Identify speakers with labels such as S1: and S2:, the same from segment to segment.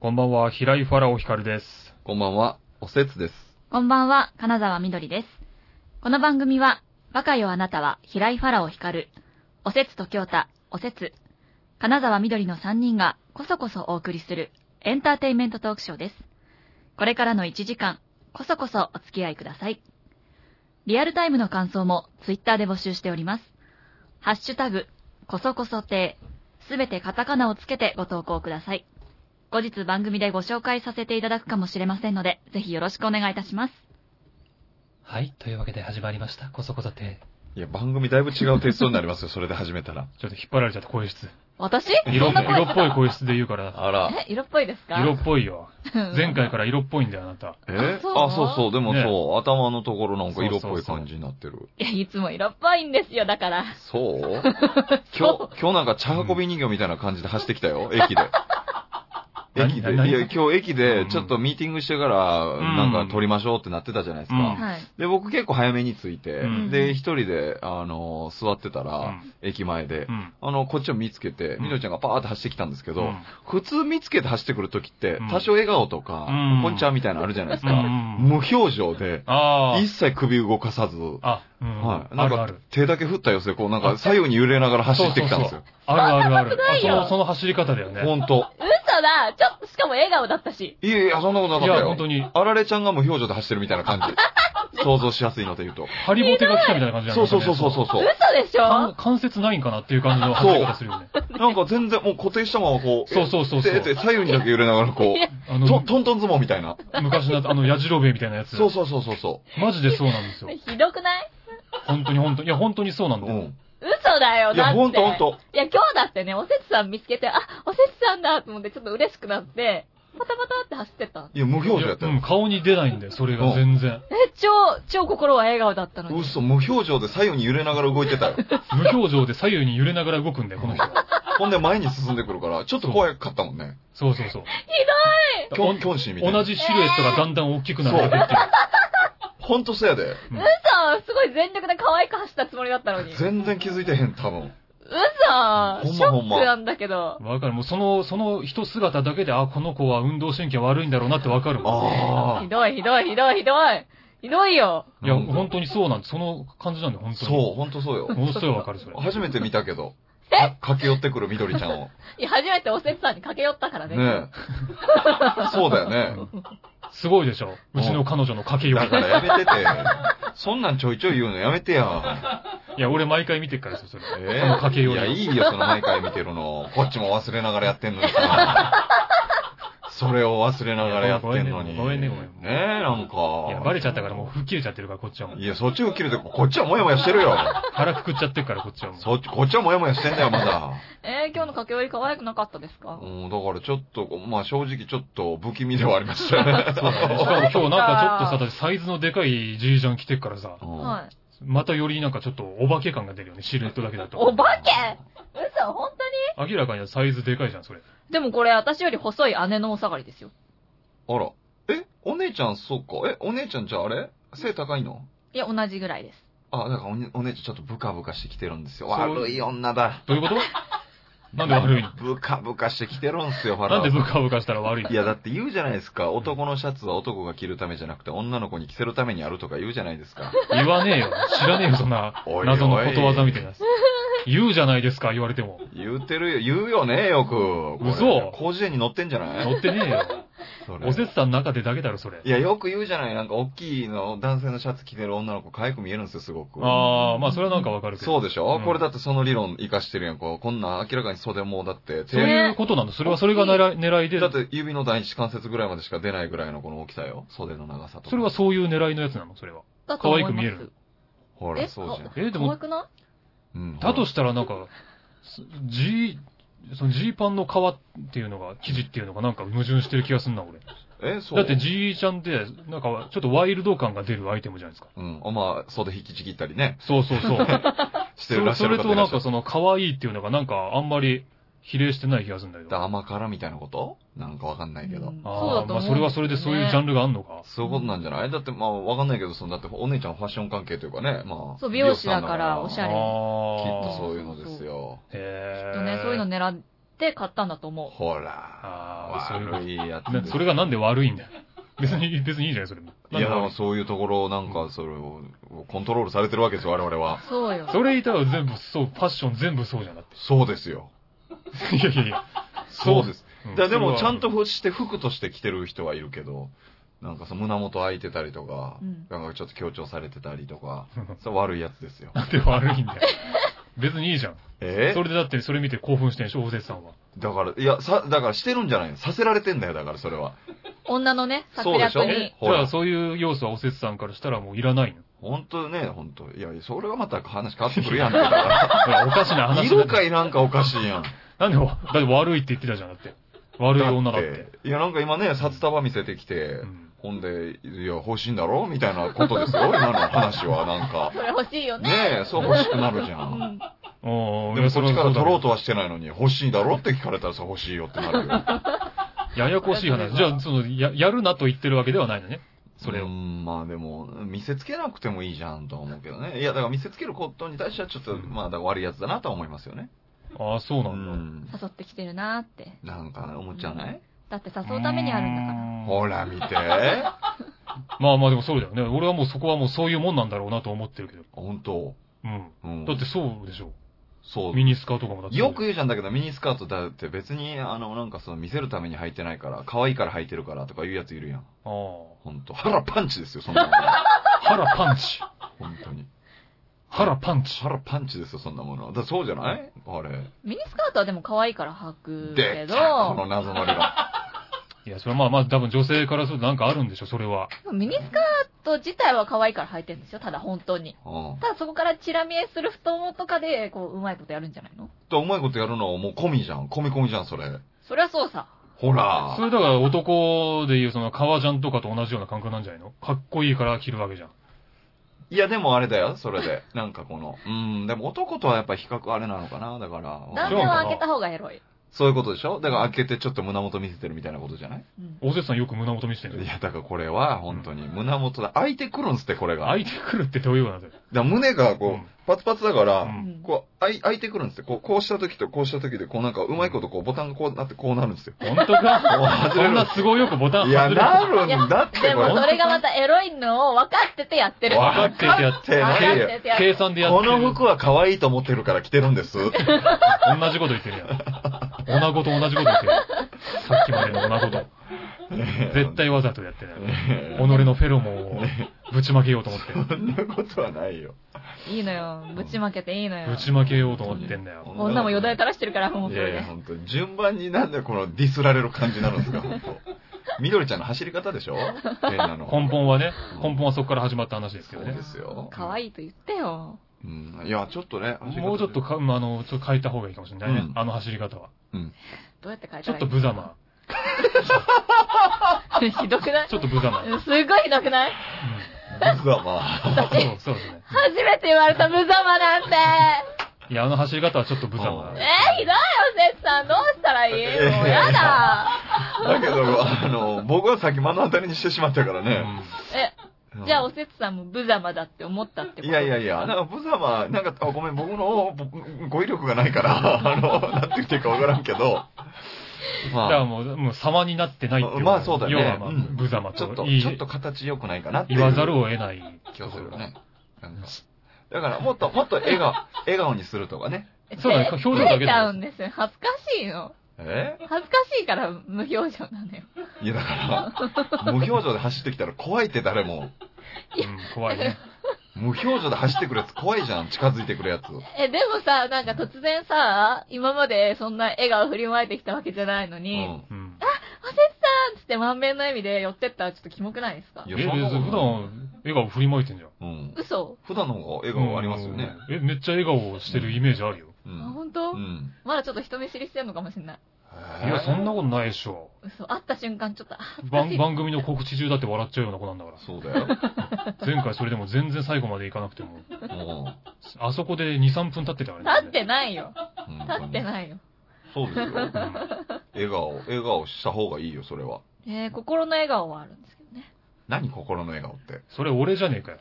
S1: こんばんは、平井ファラオヒカルです。
S2: こんばんは、おせつです。
S3: こんばんは、金沢みどりです。この番組は、バカよあなたは、平井ファラオ光る、おせつと京太、おせつ、金沢みどりの3人が、こそこそお送りする、エンターテインメントトークショーです。これからの1時間、こそこそお付き合いください。リアルタイムの感想も、ツイッターで募集しております。ハッシュタグ、こそこそ亭、すべてカタカナをつけてご投稿ください。後日番組でご紹介させていただくかもしれませんので、ぜひよろしくお願いいたします。
S4: はい。というわけで始まりました。こそこそて。
S2: いや、番組だいぶ違うテストになりますよ、それで始めたら。
S1: ちょっと引っ張られちゃった声質。
S3: 私
S1: 色
S3: そんな声
S1: 色っぽい声質で言うから、
S2: あら。
S3: え、色っぽいですか
S1: 色っぽいよ。
S3: うん
S1: 前回から色っぽいんだよ、あなた。
S2: え
S3: あそう
S2: あ、そうそう、でも
S1: ね
S2: そう、頭のところなんか色っぽ
S1: そうそ
S2: い
S1: うそう
S2: 感じになってる。
S3: いや、いつも色っぽいんですよ、だから。
S2: そう今日、今日なんか茶運び人形みたいな感じで走ってきたよ、 駅で。
S1: 何
S2: 駅で。い
S1: 何
S2: や、今日駅
S1: う
S2: で
S1: ん
S2: ちょっとミーティングしてから、
S1: ん
S2: なんか撮りましょうってなってたじゃないですか。
S1: うん
S3: はい。
S2: で、僕結構早めに着いて、
S1: うん
S2: で、一人で、あのー座ってた
S1: う
S2: ら、
S1: ん。
S2: 駅前で、
S1: うん。
S2: あの、こっちを見つけて、
S1: うん
S2: みのりちゃんがパーって走ってきたんですけど、
S1: うん
S2: 普通見つけて走ってくるときって
S1: うん、
S2: 多少笑顔とか、
S1: うん
S2: ポンちゃんみたいなのあるじゃないです
S1: う
S2: か。
S1: ん。
S2: 無表情で、
S1: あ
S2: 一切首動かさず、
S1: あ。あ、うん。
S2: はい。な
S1: あ
S2: ん
S1: るあ
S2: か
S1: る。、
S2: 手だけ振った様子で、こう、なんか左右に揺れながら走ってきたんですよ。
S1: あるあるある。あ
S3: いよ
S1: その、その走り方だよね。
S2: ほんと。
S3: 嘘だちょっと、しかも笑顔だったし。
S2: いやいや、そんなことなか
S1: い
S2: った
S1: や、本当
S2: よ。
S1: に、
S2: あられちゃんが無表情で走ってるみたいな感 じ。想像しやすいので言うと。
S1: ハリボテが来たみたいな感じだ
S2: そ
S1: よ
S2: う
S1: ね
S2: そうそうそうそう。
S3: 嘘でし
S1: 関
S3: ょ
S1: 関節ないんかなっていう感じの走り方するよね。
S2: なんか全然もう固定したままこう、
S1: そうそうそうそう
S2: でで左右にだけ揺れながらこう、
S1: あ
S2: ト
S1: の
S2: ン、トントン相撲みたいな。
S1: 昔のあの、矢印兵みたいなやつ。
S2: そうそうそうそうそ
S1: マジでそうなんですよ。
S3: ひどくない
S1: 本当に本当に。いや、本当にそうなん
S2: う。
S1: だ
S2: う
S1: よ。
S2: ん。
S3: 嘘だよ、
S2: い
S3: だっ
S2: や、
S3: て。
S2: ほんとほんと。
S3: いや、今日だってね、おせつさん見つけて、あ、おせつさんだと思って、ちょっと嬉しくなって、パタパタって走ってった。
S2: いや、無表情やった
S1: うん、
S2: よ。
S1: 顔に出ないんだよ、それが全然。
S3: え、超、超心は笑顔だったのに。
S2: 嘘、無表情で左右に揺れながら動いてた よ。
S1: 無表情で左右に揺れながら動くんだよ、この人。
S2: ほんで前に進んでくるから、ちょっと怖かったもんね。
S1: そうそうそう。
S2: キョン、キョンシーみたいな。
S1: 同。じシルエットがだんだん大きくなるだけっ
S2: ほんとそうやで。
S1: ていう。うん
S3: 嘘すごい全力で可愛く走ったつもりだったのに。嘘ショ
S2: 全然気づいてへん、多分。ほんまほん
S3: ッ
S2: ま
S3: クなんだけど。
S1: わかる。もうその、その人姿だけで、あ、この子は運動神経悪いんだろうなってわかるもん。
S2: あ
S3: ひどいひどいひどいひどい。ひどいよ。
S2: あ。
S1: いや、本当にそうなんその感じなんだよ、本当に。
S2: そう、ほんとそうよ。
S1: ものすごいわかる、それ。
S2: 初めて見たけど。か駆け寄ってくる緑ちゃんを。
S3: いや、初めておせつさんに駆け寄ったからね。
S2: ねえ。そうだよね。
S1: すごいでしょ。うちの彼女の掛けよ
S2: だか
S1: う。
S2: らやめてて。そんなんちょいちょい言うのやめてや。
S1: いや、俺毎回見てっからですよ、それ。
S2: え
S1: その掛けよう
S2: いや、いいよ、その毎回見てるの。こっちも忘れながらやってんの にさ。それを忘れながらやってんのに。
S1: ごめんねごめんねごめん
S2: ねえ、なんか。
S1: いや、バレちゃったからもう吹っ切れちゃってるから、こっちはもう
S2: い。や、そっちを切ると、こっちはもやもやしてるよ。
S1: 腹くくっちゃってるから、こっちはもう。
S2: そっち、こっちはもやもやしてんだよ、まだ。
S3: えー、今日の駆け寄り可愛くなかったですか
S2: うん、だからちょっと、まあ正直ちょっと不気味ではありましたね。
S1: そうだね。しかも今日なんかちょっとさ、サイズのでかいじいちゃん着てっからさ、
S2: うん
S3: はい。
S1: またよりなんかちょっとお化け感が出るよね、シルエットだけだと。
S3: お化け嘘本当
S1: 明らかにサイズでかいじゃん、それ。
S3: にでもこれ私より細い姉のお下がりですよ。
S2: あら。え、お姉ちゃん、そうか。え、お姉ちゃんじゃああれ背高いの
S3: いや、同じぐらいです。
S2: あ、だからお,、お姉ちゃんちょっとブカブカしてきてるんですよ。
S1: そう
S2: 悪い女だ。
S1: どういうことなんで悪いの
S2: ブカブカしてきてるんすよ、ファラ
S1: な
S2: オ
S1: んでブカブカしたら悪いの
S2: いや、だって言うじゃないですか。男のシャツは男が着るためじゃなくて、女の子に着せるためにあるとか言うじゃないです か。
S1: 言わねえよ。知らねえよ、そんな
S2: おいおい
S1: 謎のことわざみたいなやつ。言うじゃないですか、言われても。
S2: 言うてるよ、言うよね、よく。
S1: 嘘
S2: 工事園に乗ってんじゃない
S1: 乗ってねえよ。
S2: それ
S1: おせつさんの中でだけだろ、それ。
S2: いや、よく言うじゃない。なんか、大きいの、男性のシャツ着てる女の子、可愛く見えるんですよ、すごく。
S1: ああ、まあそれはなんかわかるけど。
S2: そうでしょ、
S1: うん
S2: これだってその理論活かしてるやんか。こんなん明らかに袖も、だって、
S1: そう
S2: 手、
S1: いうことなの。それはそれが狙い狙いで
S2: だ、って指の第一関節ぐらいまでしか出ないぐらいのこの大きさよ。袖の長さとか。
S1: それは、そういう狙いのやつなの、それは。
S3: だと思います
S1: 可愛く見える。
S2: ほら、
S3: え、
S2: そうじゃん。
S1: えでも
S3: 可愛くな
S2: うん
S1: だと
S2: し
S1: したらなんか、す G、その G パンの革っていうのが、生地っていうのがなんか矛盾してる気がすんな、俺。
S2: え、そう。
S1: だって G ちゃんって、なんかちょっとワイルド感が出るアイテムじゃないですか。
S2: うん。あまあ、袖引きちぎったりね、
S1: そうそうそう。
S2: して
S1: そ
S2: るら
S1: れ
S2: っし
S1: そ
S2: ゃる
S1: れ
S2: 方
S1: と
S2: いら
S1: な
S2: っ
S1: ん
S2: しゃ
S1: か
S2: る。
S1: その可愛いっていうのがなんかあんまり比例してない気がするんだけど。あ
S2: 甘辛みたいなことなんかわかんないけど。
S3: うんそうだ
S1: あー、ま
S3: と思
S1: あ
S3: う。
S1: それはそれでそういうジャン
S3: ル。
S1: ルがあんのか。
S2: そういうことなんじゃないだって、まあ、わかんないけど、その、だって、お姉ちゃんファッション関係というかね、まあ。
S3: そう美容師だからおし
S1: あ
S3: ゃれ
S2: きっと
S1: あ
S2: そういうのですよ。
S1: ー。へ
S3: ね、そういうの
S1: ね。
S3: 狙って買ったんだと思う。
S2: ほら。
S1: ああ、そういうこ
S2: 悪いや
S1: と。な
S2: つ。
S1: それがなんで悪いんだよ。別に、別にいいじゃない、それも。
S2: いや、
S1: なんで悪
S2: そういうところ、なんか、それを、コントロールされてるわけですよ、我々は。
S3: そうよ。
S1: それ言いたら全部そう、ファッション全部そうじゃなく
S2: そうですよ。
S1: て。いやいやいや。。
S2: そうですす。
S1: うん
S2: いや、でも、ちゃん。
S1: それは
S2: として服として着てる人はいるけど、なんかさ、胸元開いてたりとか
S3: う、ん
S2: なんかちょっと強調されてたりと か、それ悪いやつですよ。
S1: なんで悪 いんだよ。別にいいじゃん。
S2: え
S1: それでだってそれ見て興奮してんでしょ、大節さんは。
S2: だから、いや、さ、だからしてるんじゃないのさせられてんだよ、だからそれは。
S3: 女のね、策
S2: そうで
S3: 略
S2: しょ
S3: に。
S1: じ
S2: ほ
S1: ゃあ
S2: ら、
S1: そういう要素はおせつさんからしたらもういら ないの。
S2: 本当ね、本当いや、それはまた話変わってくる やんけ、だか
S1: ほらおかしな
S2: ら。
S1: 話
S2: 色
S1: だ
S2: かいなんかおかしいやん。
S1: なんでわ、だって悪いって言ってたじゃん、だって。悪い女だって。
S2: いや、なんか今ね、札束見せてきて、
S1: うん
S2: ほんで、いや、欲しいんだろみたいなことですよ、今の話は、なんか。
S3: それ欲しいよね。
S2: ねえ、そう欲しくなるじゃ。
S3: うんん。
S1: おー
S2: でもそっちから取ろう。
S1: い
S2: とはしてないのに、欲しいだろって聞かれたらさ、欲しいよってなるよ。
S1: やそれはそうだよややこしい話。じゃあ、その、や、やるなと言ってるわけではないのね。 それ
S2: う
S1: を。
S2: んまあでも、見せつけなくてもいいじゃんとは思うけどね。いや、だから見せつけることに対してはちょっと、
S1: うん
S2: まあだから悪いやつだなとは思いますよね。
S1: ああ、そう
S2: う
S1: なんだ。
S2: ん。
S3: 誘ってきてるなーって。
S2: なんか思っちゃない、
S3: だって誘うためにあるんだから。
S1: ら。
S2: ほら見て。
S1: まあまあでもそうだよね。俺はもうそこはもうそういうもんなんだろうなと思ってるけど。
S2: 本当
S1: うん。
S2: うん。
S1: だってそうでしょ。
S2: そう
S1: ミニスカとかもだって。
S2: よく言うじゃんだけど、ミニスカートだって別に、あの、なんかその見せるために履いてないから、可愛いから履いてるからとか言うやついるやん。
S1: ああ。
S2: ほんと。腹パンチですよ、そんなもの。
S1: 腹パンチ。
S2: ほんとに。
S1: 腹パンチ。
S2: 腹パンチですよ、そんなもの。だからそうじゃないあれ。
S3: ミニスカートはでも可愛いから履くけ
S2: で、
S3: ど
S2: こ、の謎の理論。
S1: いや、それはまあまあ多分女性からするとなんかあるんでしょ、それは。
S3: でもミニスカート自体は可愛いから履いてるんですよ、ただ本当に。
S2: うん。
S3: ただそこからチラ見えする太ももとかで、こう、うまいことやるんじゃないの
S2: と、うまいことやるのはもう込みじゃん。込み込みじゃん、それ。
S3: そりゃそうさ。
S2: ほら
S1: そ。れだから男で言うその革ジャンとかと同じような感覚なんじゃないのかっこいいから着るわけじゃん。
S2: いや、でもあれだよ、それで。なんかこの、うん、でも男とはやっぱ比較あれなのかな、だから。
S1: そ
S3: 男性
S1: う
S3: は開けた方がエロい。
S2: そういうことでしょだから開けてちょっと胸元見せてるみたいなことじゃない
S3: うん。
S1: 大瀬さんよく胸元見せてる
S2: い
S1: よ。
S2: や、だからこれは本当に胸元だ。開いてくるんすって、これが。
S1: 開いてくるってどういうことなんだよ。
S2: だから胸がこう、
S1: うん
S2: パツパツだから、
S1: うん
S3: うん
S2: こう、開い開いてくるんですよ。こう、こうした時とこうした時で、こうなんか、うまいことこう、ボタンがこうなって、こうなるんですよ。
S1: 本当か そ
S2: 外れる
S1: んな都合よくボタン
S2: いや、
S1: 外れる
S2: なるんだって、こ
S3: で
S2: れ。
S3: も
S2: 分
S3: そ
S2: か
S3: れがまたエロいのを分かっててやってる。
S1: わかっててやっ
S2: っててないよ。
S3: てやってる
S1: 計算でやっ
S2: こ
S1: てる。
S2: の服は可愛いと思ってるから着てるんです。
S1: 同じこと言ってるやん。女子と同じこと言ってる。 さっきまでの女子と。絶対わざとやってない。己のフェロモンをぶちまけようと思って。
S2: そんなことはないよ。
S3: いいのよ。ぶちまけていいのよ
S1: ぶ。ちまけようと思ってんだよ。
S3: 女もよだれ垂らしてるから、もう
S2: い
S3: そ
S2: や
S3: れ
S2: いや、
S3: で。
S2: 本当に順番になんでこのディスられる感じになるんですか、本当。緑ちゃんの走り方でしょ変なの。
S1: 根本はね、根本はそこから始まった話ですけど
S2: そう
S1: ね
S2: で。すよ。
S3: 可愛いと言ってよ。
S2: うん。いや、ちょっとね、走り方
S1: もうちょっとか、まああの、ちょっと変えた方がいいかもしれないね。
S2: うん
S1: あの走り方は。
S2: うん。
S3: どうやって変え
S1: ち
S3: た
S1: ょ
S3: ら
S1: っ
S3: い
S1: と
S3: い
S1: 無様。
S3: ひどくない
S1: ちょっと無様。 うん
S3: うんすごいひどくない
S2: 実はまあ。
S1: そう、そうですね。
S3: 初めて言われた無様なんて。
S1: いや、あの走り方はちょっと無様
S2: う
S1: だ
S2: ん
S3: えー、ひどいよ、せつさん。どうしたらいいもうやだ。
S2: だけど、あの、僕はさっき目の当たりにしてしまったからね。
S3: え、じゃあ、
S2: う
S3: お
S2: ん
S3: せつさんも無様だって思ったってこと
S2: いやいやいや、なんか、ブザは、なんか、あごめん、僕のぼ語彙力がないから、あの、なんて言っていいかわからんけど、
S1: だから
S2: ま
S1: もう、もう様になってないってい
S2: あ、
S1: う。
S2: まあそうだ
S1: 要は
S2: ね
S1: ま。あ、
S2: うん
S1: 無様
S2: ちょっと、
S1: といい
S2: ちょっと形良くないかなっていう
S1: 言わざるを得ない。
S2: 気がするよね。なんか
S1: う
S2: だから、もっと、もっと 笑顔、笑顔にするとかね。
S1: そうだね、表情だけ
S3: 照
S1: で
S3: れちゃうんですよ。恥ずかしいの。
S2: え
S3: 恥ずかしいから無表情なのよ。
S2: いや、だから、無表情で走ってきたら怖いって誰も。
S1: うん、怖いね。
S2: 無表情で走ってくるやつ怖いじゃん、近づいてくるやつ。
S3: え、でもさ、なんか突然さ、今までそんな笑顔振りまいてきたわけじゃないの
S2: う
S3: に、
S1: うん。
S3: おせつさんっつって満面の笑みで寄ってったらちょっとキモくないですか
S1: え、
S2: いや
S1: 別
S2: そんなことない
S1: に普段、笑顔振りまいてんじゃん。
S2: うん。
S3: 嘘
S2: 普段の方が笑顔ありますよね。
S1: うん。え、めっちゃ笑顔してるイメージあるよ。
S2: う
S3: あ、
S2: ん。
S3: 本当、
S2: うん。
S3: まだちょっと人見知りしてんのかもしれない。
S1: いや、そんな
S2: な。
S1: ことないでしょ。
S3: 嘘。会った瞬間ちょっと、あ恥ずかし
S1: 番
S3: い。
S1: 番組の告知中だって笑っちゃうような子なんだか
S2: そうだよ。
S1: ら。前回それでも全然最後までいかなくても、
S2: も
S1: あそこで2、3分経ってたから
S3: 立ってないよ。
S2: う。
S3: 立って
S2: い。
S3: ないよ。
S2: そうですよ。笑
S1: うん
S2: 顔、笑顔した方がいいよ、それは。
S3: えー、心の笑顔はあるんですけどね。
S2: 何心の笑顔って。
S1: それ俺じゃねえかよ。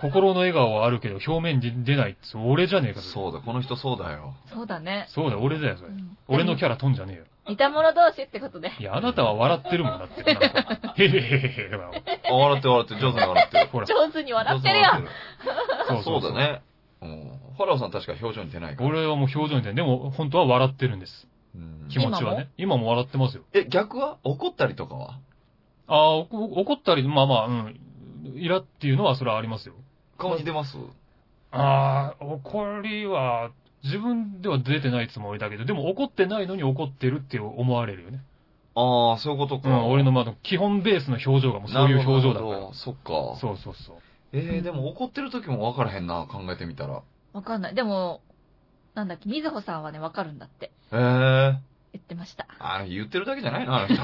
S1: 心の笑顔はあるけど、表面に出ないって、俺じゃねえかと。
S2: そうだ、この人そうだよ。
S3: そうだね。
S1: そうだ、俺だよ、それ。俺のキャラ飛んじゃねえよ。
S3: 似た者同士ってことで。
S1: いや、あなたは笑ってるもんだって。なんかへへへへへ。
S2: あ笑ってる笑ってる、上手に笑ってる。
S1: ほら。
S3: 上手に笑ってるやん。
S2: 上手に笑ってるそうだ。ね。うん。ファラオさん確か表情に出ないから。
S1: 俺はもう表情に出ない。でも、本当は笑ってるんです。
S2: うん
S1: 気持ちはね。今も笑ってますよ。
S2: え、逆は怒ったりとかは
S1: ああ、おこ怒ったり、まあまあ、うん。イラっていうのはそれはありますよ。
S2: 顔に出ます
S1: ああ、怒りは、自分では出てないつもりだけど、でも怒ってないのに怒ってるって思われるよね。
S2: ああ、そういうこと
S1: う
S2: か。
S1: ん、俺のまあ、基本ベースの表情がもうそういう表情だ
S2: な
S1: か。。
S2: るほどそっから
S1: そうそうそう。
S2: えー、でも怒ってる時も分からへんな、考えてみたら。
S3: わかんない。でも、なんだっけ、みずほさんはね、わかるんだって
S2: えー、
S3: 言ってました。
S2: あ言ってるだけじゃないな、あの人。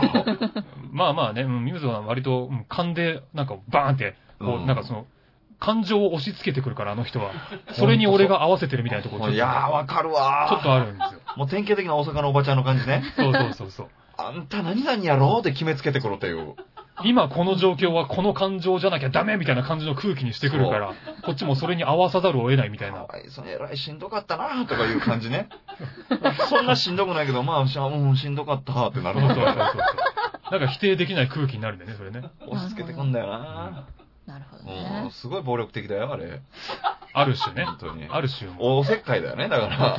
S1: まあまあね、うん、ミムズは割と、うん、勘で、なんかバーンって、こ
S2: う
S1: う、
S2: ん
S1: なんかその、感情を押し付けてくるから、あの 人は。それに俺が合わせてるみたいなところちょっと
S2: いやー、わかるわー。
S1: ちょっとあるんですよ。
S2: もう典型的な大阪のおばちゃんの感じね。
S1: そうそうそうそう。
S2: あんた何々やろうって決めつけてくるという。
S1: 今この状況はこの感情じゃなきゃダメみたいな感じの空気にしてくるから、こっちもそれに合わさざるを得ないみたい
S2: か
S1: な。
S2: わいそうに、えらいしんどかったなとかいう感じ ね。そんなしんどくないけど、まあ、しゃうん、しんどかったってな
S1: そ
S2: る
S1: うそうそ
S2: ほ
S1: うそう
S2: ど。
S1: なんか否定できない空気になるんだよね、それね。
S2: 押し付けてくんだよな
S3: なるほど
S2: う
S3: ね
S2: ん、。すごい暴力的だよ、あれ。
S1: ある種ね。
S2: 本当に。
S1: ある種も。
S2: おせっかいだよね、だから。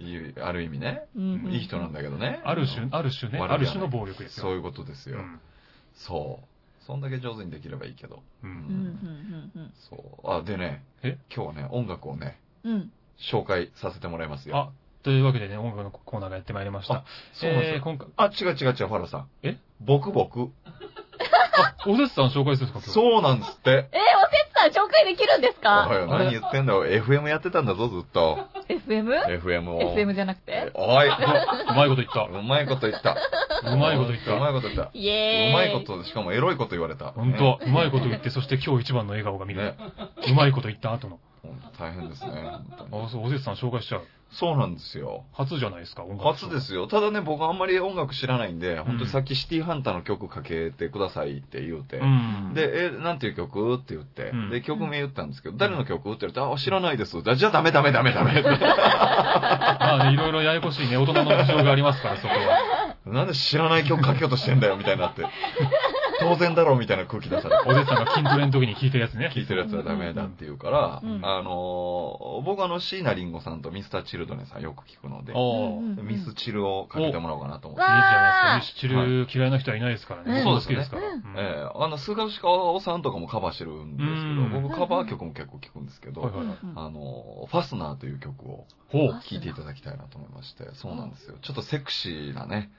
S2: いいある意味ね。
S3: うんうん
S2: いい人なんだけどね。
S1: ある種、ある種ね。
S2: 悪い
S1: ある種の暴力ですよ。
S2: そういうことですよ。
S1: うん
S2: そう。そんだけ上手にできればいいけど。
S1: う
S3: うん
S1: ん。
S3: うんうん
S2: そう。あ、でね、
S1: え
S2: 今日はね、音楽をね、
S3: うん。うん。
S2: 紹介させてもらいますよ。
S1: あ、というわけでね、音楽のコーナーがやってまいりました。
S2: そうなんですよ
S1: えー今回、
S2: あ、違う違う違う、ファラさん。
S1: え
S2: 僕僕。
S1: あ、おせつさん紹介するんですか、今日。
S2: そうなんですって。
S3: えー、おせつさん紹介できるんです
S2: おい
S3: か
S2: おい、何言ってんだよ。FM やってたんだぞ、ずっと。
S3: ?FM?FM
S2: FM を。
S3: じゃなくて
S2: おい。
S1: うまいこと言った。
S2: うまいこと言った。
S1: うまいこと言った
S2: うまいこと言った。
S3: イエーイ。
S2: うまいこ。と、しかもエロいこと言われた。
S1: 本
S2: ね
S1: 当、うまいこと言って、そして今日一番の笑顔が見れ
S2: ね
S1: る。。うまいこと言った後の。
S2: ほんと大変ですね。本当に
S1: あ、そう、おせつさん紹介しちゃう。
S2: そうなんですよ。
S1: 初じゃないですか、音楽。
S2: 初ですよ。ただね、僕あんまり音楽知らないんで、本当にさっきシティハンターの曲かけてくださいって言うて
S1: う。ん。
S2: で、え、なんていう曲って言って、
S1: うん
S2: で、曲名言ったんですけど、誰の曲って言われて、あ、知らないです。じゃじゃあダメダメダメダメ。
S1: まあね、いろいろややこしいね、大人の事情がありますから、そこは。
S2: なんで知らない曲書けようとしてんだよ、みたい になって。当然だろ、みたいな空気出されて。
S1: おせつさんが筋トレの時に聞いてるやつね。
S2: 聞いてるやつはダメだって言うから、
S3: うん
S2: あのー僕あの、椎名林檎さんとミスターチルドレンさんよく聞くので、
S1: おー。いい
S2: ミスチルをかけてもらおうかなと思っ
S3: う
S2: て。
S1: じゃないですか。ミスチル嫌いな人はいないですからね。
S2: うん
S1: 僕も好きですから。
S3: うん
S1: うん
S2: えーあの、菅義川さんとかもカバーしてるんですけ
S1: う
S2: ど、
S1: ん
S2: 僕カバー曲も結構聞くんですけ
S1: はい
S2: ど、
S1: はいはい。
S2: あのーファスナーという曲を
S1: ほう。
S2: 聴いていただきたいなと思いまして、そうなんですよ。ちょっとセクシーなね、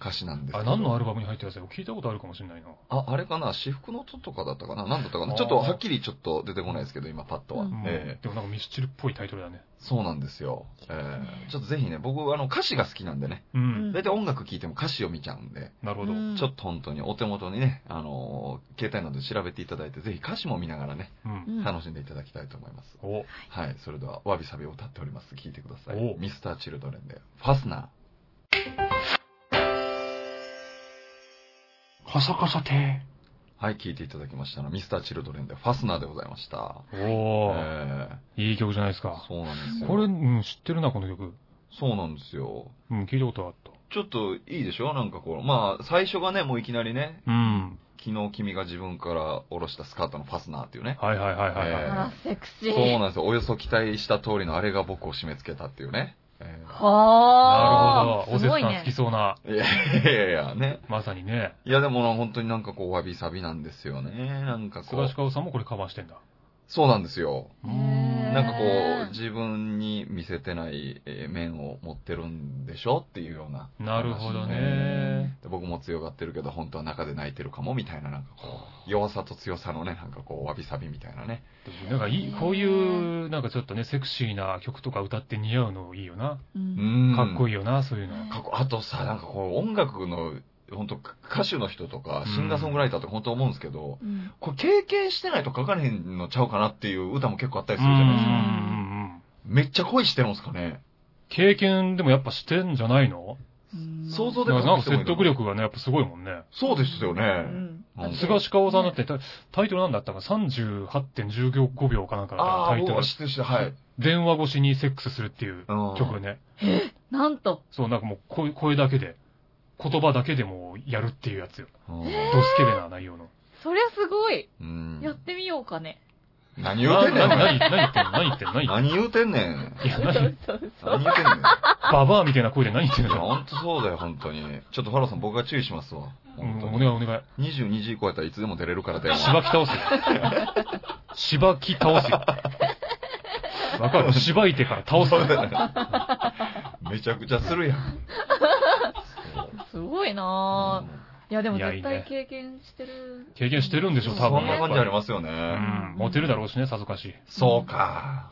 S2: 歌詞なんですけ
S1: あ、
S2: ど。
S1: 何のアルバムに入ってるやつだよ聞いたことあるかもしれないな。
S2: あ、あれかな私服の音とかだったかな何だったかな
S1: あー
S2: ちょっとはっきりちょっと出てこないですけど、今パッとは。
S3: うん
S2: ええ
S1: でもなんかミスチルっぽいタイトルだね。
S2: そうなんですよ。ええちょっとぜひね、僕、あの、歌詞が好きなんでね。
S1: うん。
S3: うん
S2: 大体音楽聴いても歌詞を見ちゃうんで、
S1: なるほど。うん。
S2: ちょっと本当にお手元にね、あのー携帯などで調べていただいて、ぜひ歌詞も見ながらね、楽しんでいただきたいと思います。
S1: お、
S2: はい、それでは、わびさびを歌っております。聴いてください
S1: お。
S2: ミスターチルドレンで、ファスナー。
S5: こそこそて。
S2: はい、聴いていただきましたの、ミスターチルドレンで、ファスナーでございました。
S1: おー、
S2: ええ
S1: いい曲じゃないですか。
S2: そうなんですよ。
S1: これ、うん、知ってるな、この曲。
S2: そうなんですよ。
S1: うん、聞いたことあった。
S2: ちょっといいでしょなんかこう、まあ、最初がね、もういきなりね、
S1: うん。
S2: 昨日君が自分から下ろしたスカートのファスナーっていうね。
S1: はいはいはいはい、はい
S2: え
S3: あら、セクシ
S2: そう
S3: ー。
S2: なんですよ。およそ期待した通りのあれが僕を締め付けたっていうね。え
S1: な
S3: は
S1: る
S3: あ。
S1: ほど。おせ
S3: す
S1: つ
S3: ごい
S1: さん
S3: ね
S1: 好き。そうな、
S2: ーいやいやいや、ね。
S1: まさにね。
S2: いやでもな本当になんかこう、わびさびなんですよね。なんかこ
S1: 菅
S2: う
S1: 氏。川さんもこれカバーしてんだ。
S2: そうなんですよ。
S1: う
S3: へー
S2: なんかこう、自分に見せてないえー面を持ってるんでしょっていうような。
S1: なるほど
S3: へ
S1: ね。
S2: で僕も強がってるけど、本当は中で泣いてるかも、みたいな、なんかこう、弱さと強さのね、なんかこう、わびさびみたいなね。
S1: なんかいい、こういう、なんかちょっとね、セクシーな曲とか歌って似合うのいいよな。
S2: うん
S1: かっこい
S2: い
S1: いよな、そういうの。
S2: かっこあとさ、なんかこう、音楽の、本当歌手の人とか
S1: う、ん
S2: シンガーソングライターとか本当思うんですけど、これ経験してないと書かれへんのちゃうかなっていう歌も結構あったり
S1: う
S2: す
S1: ん
S2: る
S1: う
S2: じ
S1: ん
S2: ゃ
S1: う
S2: ないですか。
S1: んうん。
S2: めっちゃ恋してるんですかね。
S1: 経験でもやっぱしてんじゃないの
S3: うん
S2: 想像
S1: だ
S2: で
S1: から
S2: も
S1: なんか説得力がね、やっぱすごいもんね。
S2: そうでしたよ
S3: う
S2: ね。
S3: ん
S2: うん
S1: 菅氏川さんだってタタイトルなんだったか ?38.15 秒かなんかだった
S2: あ
S1: タ
S2: あ、
S1: イ
S2: 僕
S1: ト
S2: は
S1: ル。
S2: 知ってる知ってるはい。
S1: 電話越しにセックスするっていう
S2: うん
S1: 曲ね。
S3: なんと、
S1: そう、なんかもう声声だけで、言葉だけでもうやるっていうやつよ。
S2: うん
S1: ドスケベな内容の。
S3: そりゃすごい。
S2: うん
S3: やってみようかね。
S2: 何言うてんね
S1: なな何
S2: ん。
S1: 何言ってんの何言ってんの何言ってんの
S2: 何言うてんねん。
S1: いや、
S3: そう
S1: 何、
S3: そうそう。
S2: 何言うてんねん。
S1: ババアみたいな声で何言ってん
S2: いや、
S1: の
S2: ほんとそうだよ、本当に。ちょっとファローさん、僕が注意しますわ。
S1: うん
S2: 本当
S1: お
S2: に
S1: 願いお願い。
S2: 22時以降やったらいつでも出れるからだよ。
S1: しばき倒すよ。しばき倒すよ。わかるしばいてから倒すよ。
S2: めちゃくちゃするやん。
S3: すごいな
S2: う
S3: ぁ。いや、でも
S1: いやい
S3: 絶
S1: いね
S3: 対経験してる。
S1: 経験してるんでしょ、
S2: ん
S1: 多
S2: そ
S1: 分。
S2: んな感じありますよ
S1: う
S2: ね。
S1: ん。モテるだろうしね、さぞかし。
S2: そうか。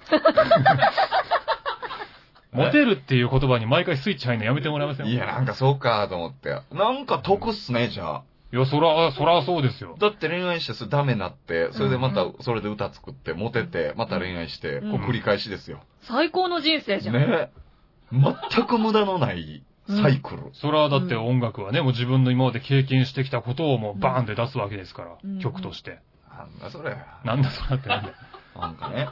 S1: モテるっていう言葉に毎回スイッチ入るのやめてもらえません
S2: いや、なんかそうかと思って。なんか得っすね、じゃあ。
S1: いや、そら、そらそうですよ。
S2: だって恋愛してそれダメになって、それでまたそれで歌作って、モテて、また恋愛して、
S3: うん
S2: こう繰り返しですよ。
S3: 最高の人生じゃん。
S2: ね全く無駄のないサイクル。
S1: そらだって音楽はね、もう自分の今まで経験してきたことをもうバーンって出すわけですから、
S3: うん
S1: 曲として。
S2: なんだそれ。
S1: なんだそらってなんだよ。
S2: なんかね。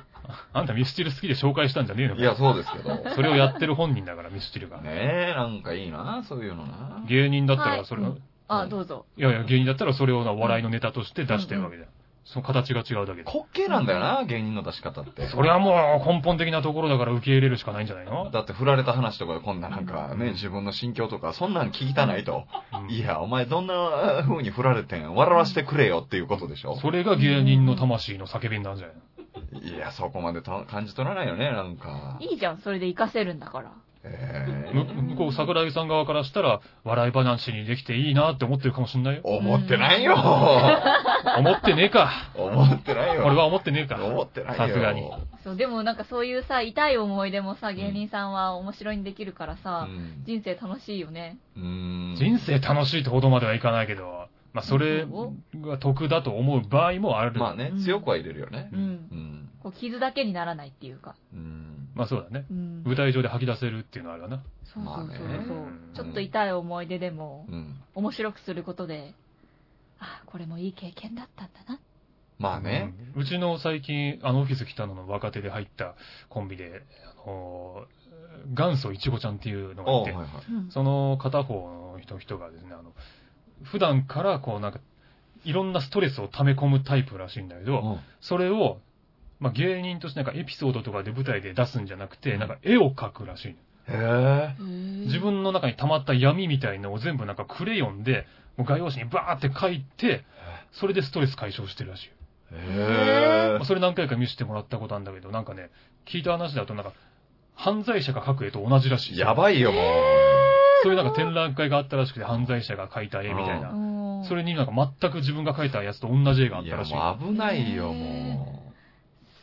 S1: あんたミスチル好きで紹介したんじゃねえのか
S2: いや、そうですけど。
S1: それをやってる本人だから、ミスチルが。
S2: ねえ、なんかいいな、そういうのな。
S1: 芸人だったらそれ、
S3: はい
S1: い、
S3: あ、どうぞ。
S1: やいや、芸人だったらそれをな笑いのネタとして出してるわけだよ。その形が違うだけで。
S2: 滑稽なんだよな、芸人の出し方って。
S1: それはもう根本的なところだから受け入れるしかないんじゃないの、
S2: だって振られた話とかでこんななんかね、自分の心境とか、そんなん聞きたないと。
S1: うん
S2: いや、お前どんな風に振られてん笑わせてくれよっていうことでしょ
S1: それが芸人の魂の叫びなんじゃないの
S2: いや、そこまでと感じ取らないよね、なんか。
S3: いいじゃん、それで活かせるんだから。
S2: え
S1: む向こう、桜井さん側からしたら、笑い話にできていいなって思ってるかもしんないよ
S2: ー。思ってないよ
S1: 思ってねえか。
S2: 思ってないよ
S1: 俺は思ってねえか。
S2: 思ってないよ
S1: さすがに。
S3: そう、でもなんかそういうさ、痛い思い出もさ、芸人さんは面白いにできるから
S2: う
S3: さ、
S2: ん
S3: 人生楽しいよね。
S2: うん。
S1: 人生楽しいってほどまではいかないけど、まあそれが得だと思う場合もある。
S2: まあね
S3: うん、
S2: 強くは入れるよね
S3: う。ん。
S2: うん。
S3: こう、傷だけにならないっていうか。
S2: うん。
S1: まあそうだね。
S3: うん。
S1: 舞台上で吐き出せるっていうのはあるわな。
S3: そうそうそ
S2: ま
S3: う
S2: あ
S3: そう
S1: ね。
S3: ちょっと痛い思い出でも
S2: う、ん
S3: 面白くすることで、あ、これもいい経験だったんだな。
S2: まあね。
S1: うん。うちの最近、あのオフィス来たのの若手で入ったコンビで、あのー元祖いちごちゃんっていうのが
S2: お
S1: いうて、
S2: はいはい。
S3: うん
S1: その片方の人人がですね、あの、普段からこうなんか、いろんなストレスを溜め込むタイプらしいんだけど、
S2: うん
S1: それを、まあ、芸人としてなんかエピソードとかで舞台で出すんじゃなくて、
S2: うん
S1: なんか絵を描くらしい。
S2: へえ。
S1: 自分の中に溜まった闇みたいのを全部なんかクレヨンで、もう画用紙にバーって描いて、それでストレス解消してるらしいよ。
S2: へ
S1: まあそれ何回か見せてもらったことあるんだけど、なんかね、聞いた話だとなんか、犯罪者が描く絵と同じらしい。
S2: やばいよ、も
S1: そういうなんか展覧会があったらしくて、犯罪者が描いた絵みたいな。
S3: うん
S1: それになんか全く自分が描いたやつと同じ絵があ
S2: う。
S1: っ
S2: い
S1: た
S2: や、
S1: らし
S2: もう危ないよ、も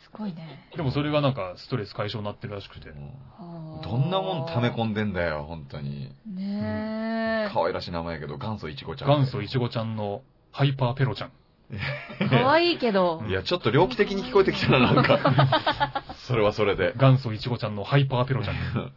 S3: すごいね。
S1: い。でもそれがなんかストレス解消になってるらしくて
S2: う。。も
S3: は
S2: う
S3: あ
S2: どんなもん溜め込んでんだよ、本当に。
S3: ね
S2: 可愛らしい名前やけど、元祖いちごちゃん。
S1: 元祖いちごちゃんのハイパーペロちゃん。
S3: え。かわいいけど。
S2: いや、ちょっと猟奇的に聞こえてきたな、なんか。 それはそれで。
S1: 元祖いちごちゃんのハイパーペロちゃん。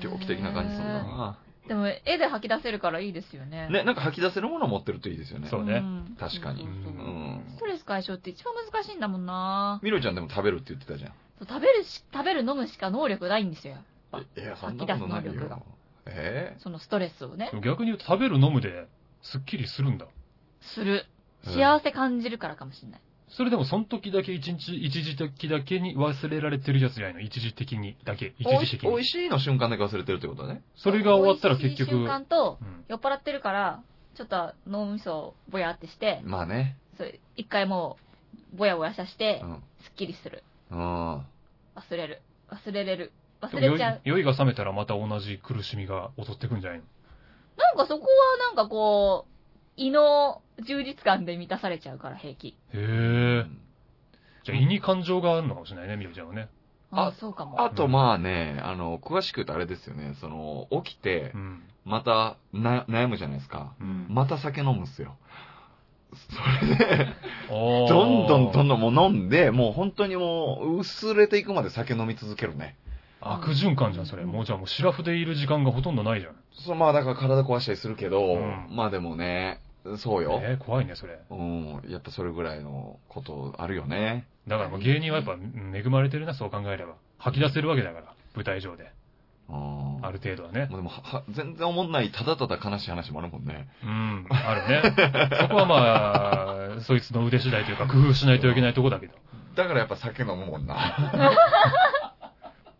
S2: 猟奇的な感じするな。
S3: でも、絵で吐き出せるからいいですよね。
S2: ね、なんか吐き出せるものを持ってるといいですよね。
S1: そうね
S3: ん
S2: 確かに
S3: そうそう
S2: う。
S3: そうんストレス解消って一番難しいんだもんな
S2: みろちゃんでも食べるって言ってたじゃん。
S3: そう食べるし、食べる飲むしか能力ないんですよ。
S2: いや、そんなことない
S3: 吐き出す能力が
S2: よ。え
S3: そのストレスをね、
S1: 逆に言うと食べる飲むで、すっきりするんだ。
S3: する。
S2: うん
S3: 幸せ感じるからかもしれない。
S1: それでもその時だけ一日、一時的だけに忘れられてるやつじゃないの。一時的にだけ。
S2: え
S1: 一時的
S2: おい
S1: に。
S2: しいの瞬間だけ忘れてるってことだね。
S1: それが終わったら結
S3: 美味しい
S1: 局
S3: 瞬、間と、
S1: うん
S3: 酔っ払ってるから、ちょっと脳みそをぼやってして、
S2: まあね。
S3: それ一回もう、ぼやぼやさして
S2: う、ん。
S3: すっきりする。
S2: うん。
S3: 忘れる。忘れれる。忘
S1: でも酔
S3: れ
S1: い
S3: ちゃう。
S1: 酔いが覚めたらまた同じ苦しみが襲ってくんじゃないの
S3: なんかそこはなんかこう、胃の充実感で満たされちゃうから平気。
S1: へえ。じゃあ胃に感情があるのかもしれないね、みよちゃんはね。
S3: あ
S2: あ
S3: そうかも。
S2: あとまあね、あの、詳しく言うとあれですよね。その、起きて
S1: う、ん。
S2: またな悩むじゃないですか。
S1: うん。
S2: また酒飲むんすよ。それで、
S1: ど
S2: どんどんどん
S1: ん。
S2: どんもう飲んで、もう本当にもう薄れていくまで酒飲み続けるね。
S1: 悪循環じゃん、それ。もうじゃあもうシラフでいる時間がほとんどないじゃん。
S2: そうまあだから体壊したりするけど、
S1: うん
S2: まあでもね、そうよ。
S1: えー怖いね、それ。
S2: うん、やっぱそれぐらいのことあるよね。
S1: だからもう芸人はやっぱうん恵まれてるな、そう考えれば。吐き出せるわけだから、舞台上で。
S2: うん。
S1: ある程度はね。
S2: まあでもはは全然思んない、ただただ悲しい話もあるもんね。
S1: うん、ある ね。そこはまあ、そいつの腕次第というか、工夫しないといけないとこだけど。
S2: だからやっぱ酒飲むも んな。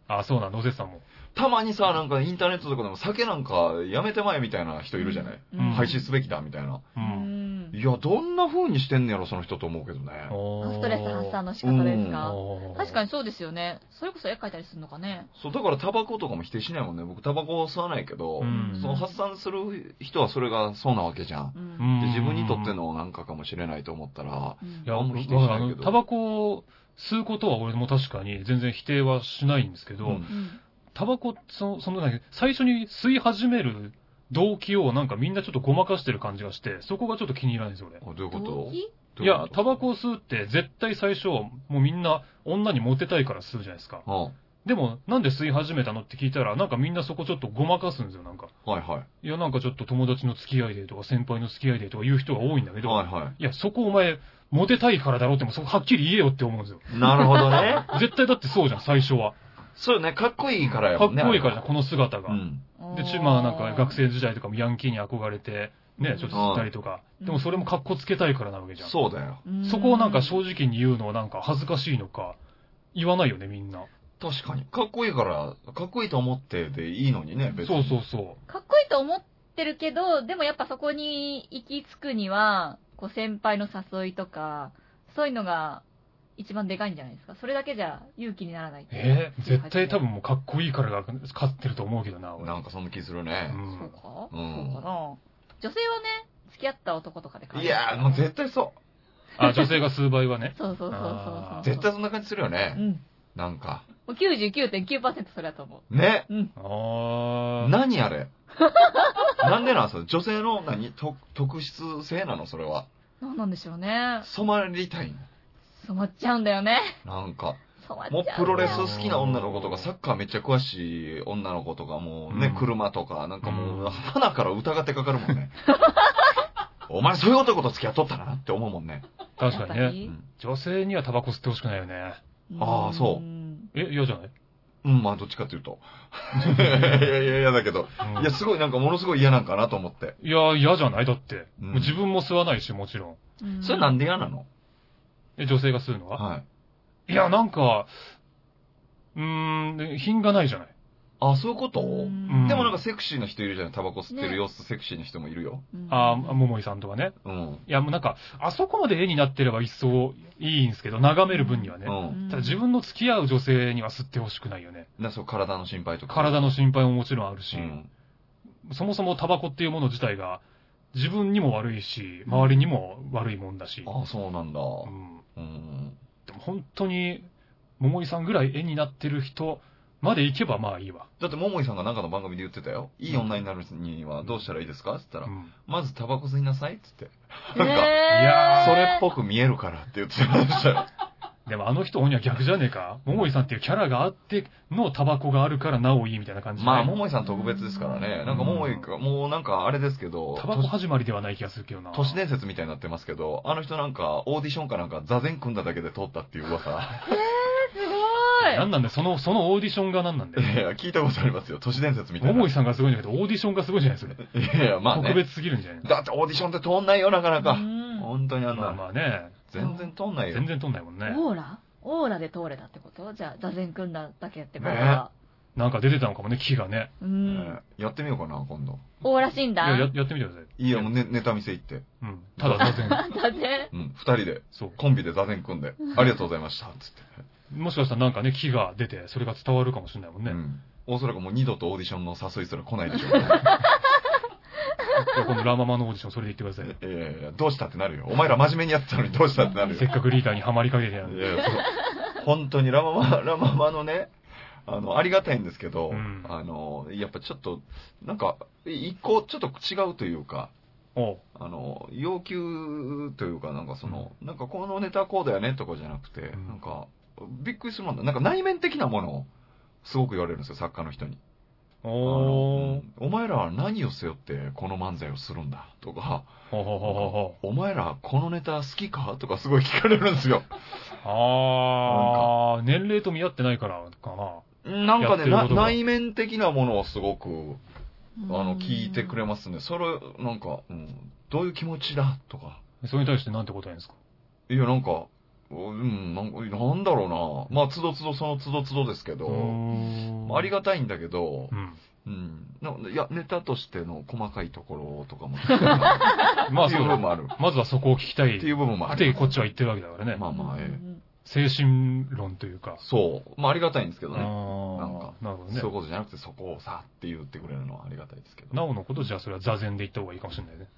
S1: あ、そうなの、野瀬さんも。
S2: たまにさ、なんかインターネットとかでも酒なんかやめてまえみたいな人いるじゃない、
S1: うん
S2: 廃止すべきだみたいな。
S1: う。
S3: うんん。
S2: いや、どんな風にしてんねやろ、その人と思うけどね。
S1: おー
S3: ストレス発散の仕方ですか
S1: おー
S3: 確かにそうですよね。それこそ絵描いたりするのかね。
S2: そう、だからタバコとかも否定しないもんね。僕タバコを吸わないけど、
S1: うん
S2: その発散する人はそれがそうなわけじゃん。
S3: う。
S1: うんん
S2: で自分にとってのなんかかもしれないと思ったら、
S3: うん
S1: いや、
S2: あん
S1: 僕
S2: まり否定し
S1: だか
S2: な
S1: ら
S2: い
S1: あ
S2: けど
S1: のタバコを吸うことは俺も確かに全然否定はしないんですけど、
S2: うん
S3: うん
S1: タバコ、その、その、なんか最初に吸い始める動機をなんかみんなちょっとごまかしてる感じがして、そこがちょっと気に入らないんですよ、俺
S2: あ。どういうこと
S3: 動機
S2: どう
S1: いうや
S2: こ、と
S1: タバコを吸うって絶対最初、もうみんな女にモテたいから吸うじゃないですか。でも、なんで吸い始めたのって聞いたら、なんかみんなそこちょっとごまかすんですよ、なんか。
S2: うん。はいはい。
S1: いや、なんかちょっと友達の付き合いでとか先輩の付き合いでとか言う人が多いんだけど、
S2: はいはい
S1: や、そこお前、モテたいからだろっても、そこはっきり言えよって思うんですよ。
S2: い。なるほど ね。
S1: 絶対だってそうじゃん、最初は。
S2: そうよね、かっこいいからや
S1: か
S2: も
S1: っ
S2: んね。
S1: こいいからじゃん、
S2: あ
S1: この姿が。
S2: れはうん。
S1: で、ちまあなんか学生時代とかもヤンキーに憧れて、ね、ちょっと吸ったりとか。
S3: うん
S1: でもそれもかっこつけたいからなわけじゃん。
S2: そうだよ。
S3: うん
S1: そこをなんか正直に言うのはなんか恥ずかしいのか、言わないよね、みんな。
S2: 確かに。かっこいいから、かっこいいと思ってでいいのにね、別
S1: そう
S2: に。
S1: そうそ
S3: かっこいいと思ってるけど、でもやっぱそこに行き着くには、こう先輩の誘いとか、そういうのが一番でかいんじゃないですか。それだけじゃ勇気にならない。
S1: う。えー絶対多分もうかっこいいからが勝ってると思うけどな、俺。
S2: なんかそんな気する
S1: う。
S2: ね。
S3: そうんか、
S2: うん
S3: そうかな女性はね、付き合った男とかで買
S2: いやー、もう絶対そ
S1: あ、女性が吸う場合はね。
S3: そうそうそうそうそ
S1: あ
S3: う。
S1: ー
S2: う。絶対そんな感じするよ
S3: う
S2: ね。
S3: ん。も
S2: なんか。
S3: う99.9%それだと思
S2: ね。
S3: う。うん。
S1: あー。
S2: 何あ れなんでなんそれ女性の何と特質性なのそれは。
S3: なんなんでしょうね。
S2: 染まりたい
S3: 染まっちゃうんだよね。
S2: のなんか。
S3: 染まっちゃ
S2: もう
S3: う
S2: ん
S3: だよ。
S2: プロレス好きな女の子と
S1: う
S2: か、
S1: ん
S2: サッカーめっちゃ詳しい女の子とか、もうね、
S1: うん
S2: 車とか、なんかもう、
S1: うん
S2: 花から疑ってかかるもんね。お前そういう男と付き合っとったなって思うもんね。
S1: 確かに
S3: やっぱ
S1: ね。
S2: う
S3: り
S2: ん、
S1: 女性にはタバコ吸ってほしくないよね。
S2: あーそう
S3: うん
S1: え、嫌じゃない
S2: うんまあどっちかというと。いやいやいや、嫌だけど。
S1: うん
S2: いや、すごいなんかものすごい嫌なんかなと思って。
S1: いや、嫌じゃないだって。
S2: うん
S1: もう自分も吸わないし、もちろん。
S3: うん
S2: それなんで嫌なの
S1: え、女性が吸うのは、
S2: はい。
S1: い、や、なんか、うーん、品がないじゃない。
S2: あ、そういうこと
S3: うん
S2: でもなんかセクシーな人いるじゃないタバコ吸ってる様子セクシーな人もいるよ。
S1: あー、桃井さんとかね。
S2: うん。
S1: いや、もうなんか、あそこまで絵になってれば一層いいんですけど、眺める分にはね。
S2: うん。
S1: ただ自分の付き合う女性には吸ってほしくないよね。
S2: な、そう、体の心配とか。
S1: 体の心配ももちろんあるし、
S2: うん。
S1: そもそもタバコっていうもの自体が、自分にも悪いし、周りにも悪いもんだし。
S2: あ、そうなんだ。
S1: うん
S2: うん。
S1: でも本当に、桃井さんぐらい絵になってる人まで行けばまあいいわ。
S2: だって、桃井さんがなんかの番組で言ってたよ。いい女になるにはどうしたらいいですかって言っ
S1: う
S2: たら、
S1: ん
S2: まずタバコ吸いなさいって言って。
S3: えー
S2: なんか
S1: いやー
S2: それっぽく見えるからって言ってま したよ。
S1: でもあの人には逆じゃねえか桃井さんっていうキャラがあってのタバコがあるからなおいいみたいな感じで、
S2: まあ、桃井さん特別ですからね。なんか桃井が、もうなんかあれですけど、
S1: タバコ始まりではない気がするけどな。
S2: 都市伝説みたいになってますけど、あの人なんかオーディションかなんか座禅組んだだけで通ったっていう 噂。
S3: すごい
S1: なんなんだよ、その、そのオーディションがなんなん
S2: い
S1: だ
S2: やい
S1: よ。
S2: や、聞いたことありますよ。都市伝説みたいな。
S1: 桃井さんがすごいんだけど、オーディションがすごいじゃないですか。
S2: いやいや、まあ
S1: 特
S2: ね。
S1: 別すぎるんじゃないの
S2: だってオーディションって通んないよ、なかな
S3: う
S2: か。
S3: ん
S2: 本当にあん
S1: まあ
S2: な。
S1: まあね、
S2: 全然通んないよ
S1: 全。然取んないもんね。
S3: オーラオーラで通れたってことじゃあ座禅組んだだけってことは、
S1: なんか出てたのかもね、木がね。
S3: う
S2: え
S3: ん
S2: ーやってみようかな、今度。
S3: オーラ診
S1: いや、や
S3: 断
S1: やってみてください。
S2: いいや、もうねネタ見せ行って。
S1: うん。た だ、当然。
S3: 座禅
S2: うん、二人で、
S1: そう。
S2: コンビで座禅組んで、ありがとうございました、つって。
S1: もしかしたらなんかね、木が出て、それが伝わるかもしれないもんね。
S2: うん。おそらくもう二度とオーディションの誘いすら来ないでしょうね。
S1: いや今度ラ・ママのオーディション、それで言ってください。
S2: いやいや、どうしたってなるよ。お前ら真面目にやってたのにどうしたってなる よ。
S1: せっかくリーダーにはまりかけてや
S2: い
S1: る。
S2: やいやそう本当にラママ、 ラママのね、あの、ありがたいんですけど、
S1: うん
S2: あの、やっぱちょっと、なんか、一個ちょっと違うというか、
S1: おう
S2: あの、要求というか、なんかその、なんかこのネタこうだよねとかじゃなくて、
S1: うん
S2: なんか、びっくりするもんだ。なんか内面的なものを、すごく言われるんですよ、作家の人に。あ
S1: お
S2: の
S1: ー。
S2: うんお前らは何を背負ってこの漫才をするんだとか、
S1: ほうほうほうほうほ
S2: お前らこのネタ好きかとかすごい聞かれるんですよ。
S1: う。あー、年齢と見合ってないからかな。
S2: なん
S1: や
S2: かね、
S1: ってる
S2: な
S1: ことが
S2: 内面的なものをすごく、あの、聞いてくれ
S3: ま
S2: ますね。それ、なんか、うん、どういう気持ちだとか。
S1: それに対してなんて答えるんですか
S2: いや、なんか、うん、なんかなんだろうな。まあ、つどつどそのつどつどですけ
S1: うー
S2: ど、
S1: ん
S2: ありがたいんだけど
S1: う、ん。
S2: うん。ないや、ネタとしての細かいところとか も、
S1: まあ
S2: って
S1: そ
S2: いう部分
S1: う。
S2: もある。
S1: まずはそこを聞きたい。
S2: っ
S1: って
S2: いう部分もあ
S1: て
S2: る。
S1: こっちは言ってるわけだからね。
S2: まあまあ、ええ
S1: 精神論というか。
S2: そう。まあ、ありがたいんですけ
S1: あ
S2: ど
S1: ー
S2: ね。
S1: なん
S2: か
S1: なるほどね
S2: そういう。ことじゃなくて、そこをさ、って言ってくれるのはありがたいですけ
S1: な
S2: ど。
S1: おのこと、じゃあそれは座禅で言った方がいいかもしれないね。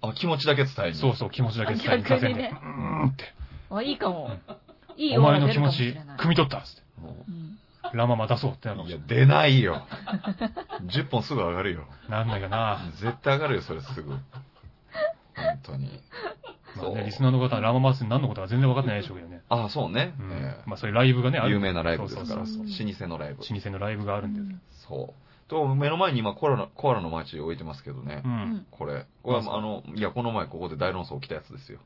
S2: あ、気持ちだけ伝える。
S1: そうそう、気持ちだけ伝える
S3: あ逆
S1: 座
S3: に
S1: 禅で。
S3: ね
S1: うーんって。
S3: あ、いいかも。いい
S1: お
S3: よ。
S1: 前の気持ち、汲
S3: う
S1: み取ったっつって。
S2: も
S3: ん
S1: ラマまたそうってなるか
S2: う
S1: も
S2: い
S1: し
S2: や
S1: れ、
S2: 出ないよ。10本すぐ上がるよ。
S1: ない。なん ないかな。
S2: 絶対上がるよ、それすぐ。本当に。
S1: まあ
S2: そう
S1: ね、リスナーの方はラマ祭りに何のことか全然分かってないでしょうけどね。
S2: あ、そうね。
S1: うん
S2: ええ
S1: まあそういうライブがね、ある。
S2: 有名なライブですから、老
S3: そうそうそう
S2: 舗のライブ。
S1: 老舗のライブがあるんで。
S2: そう。と、目の前に今コアラの、コアラの街置いてますけどね
S1: う。。
S3: うんん
S2: これ。これ
S1: あそう
S2: は、あの、いや、この前ここで大論争起きたやつですよ。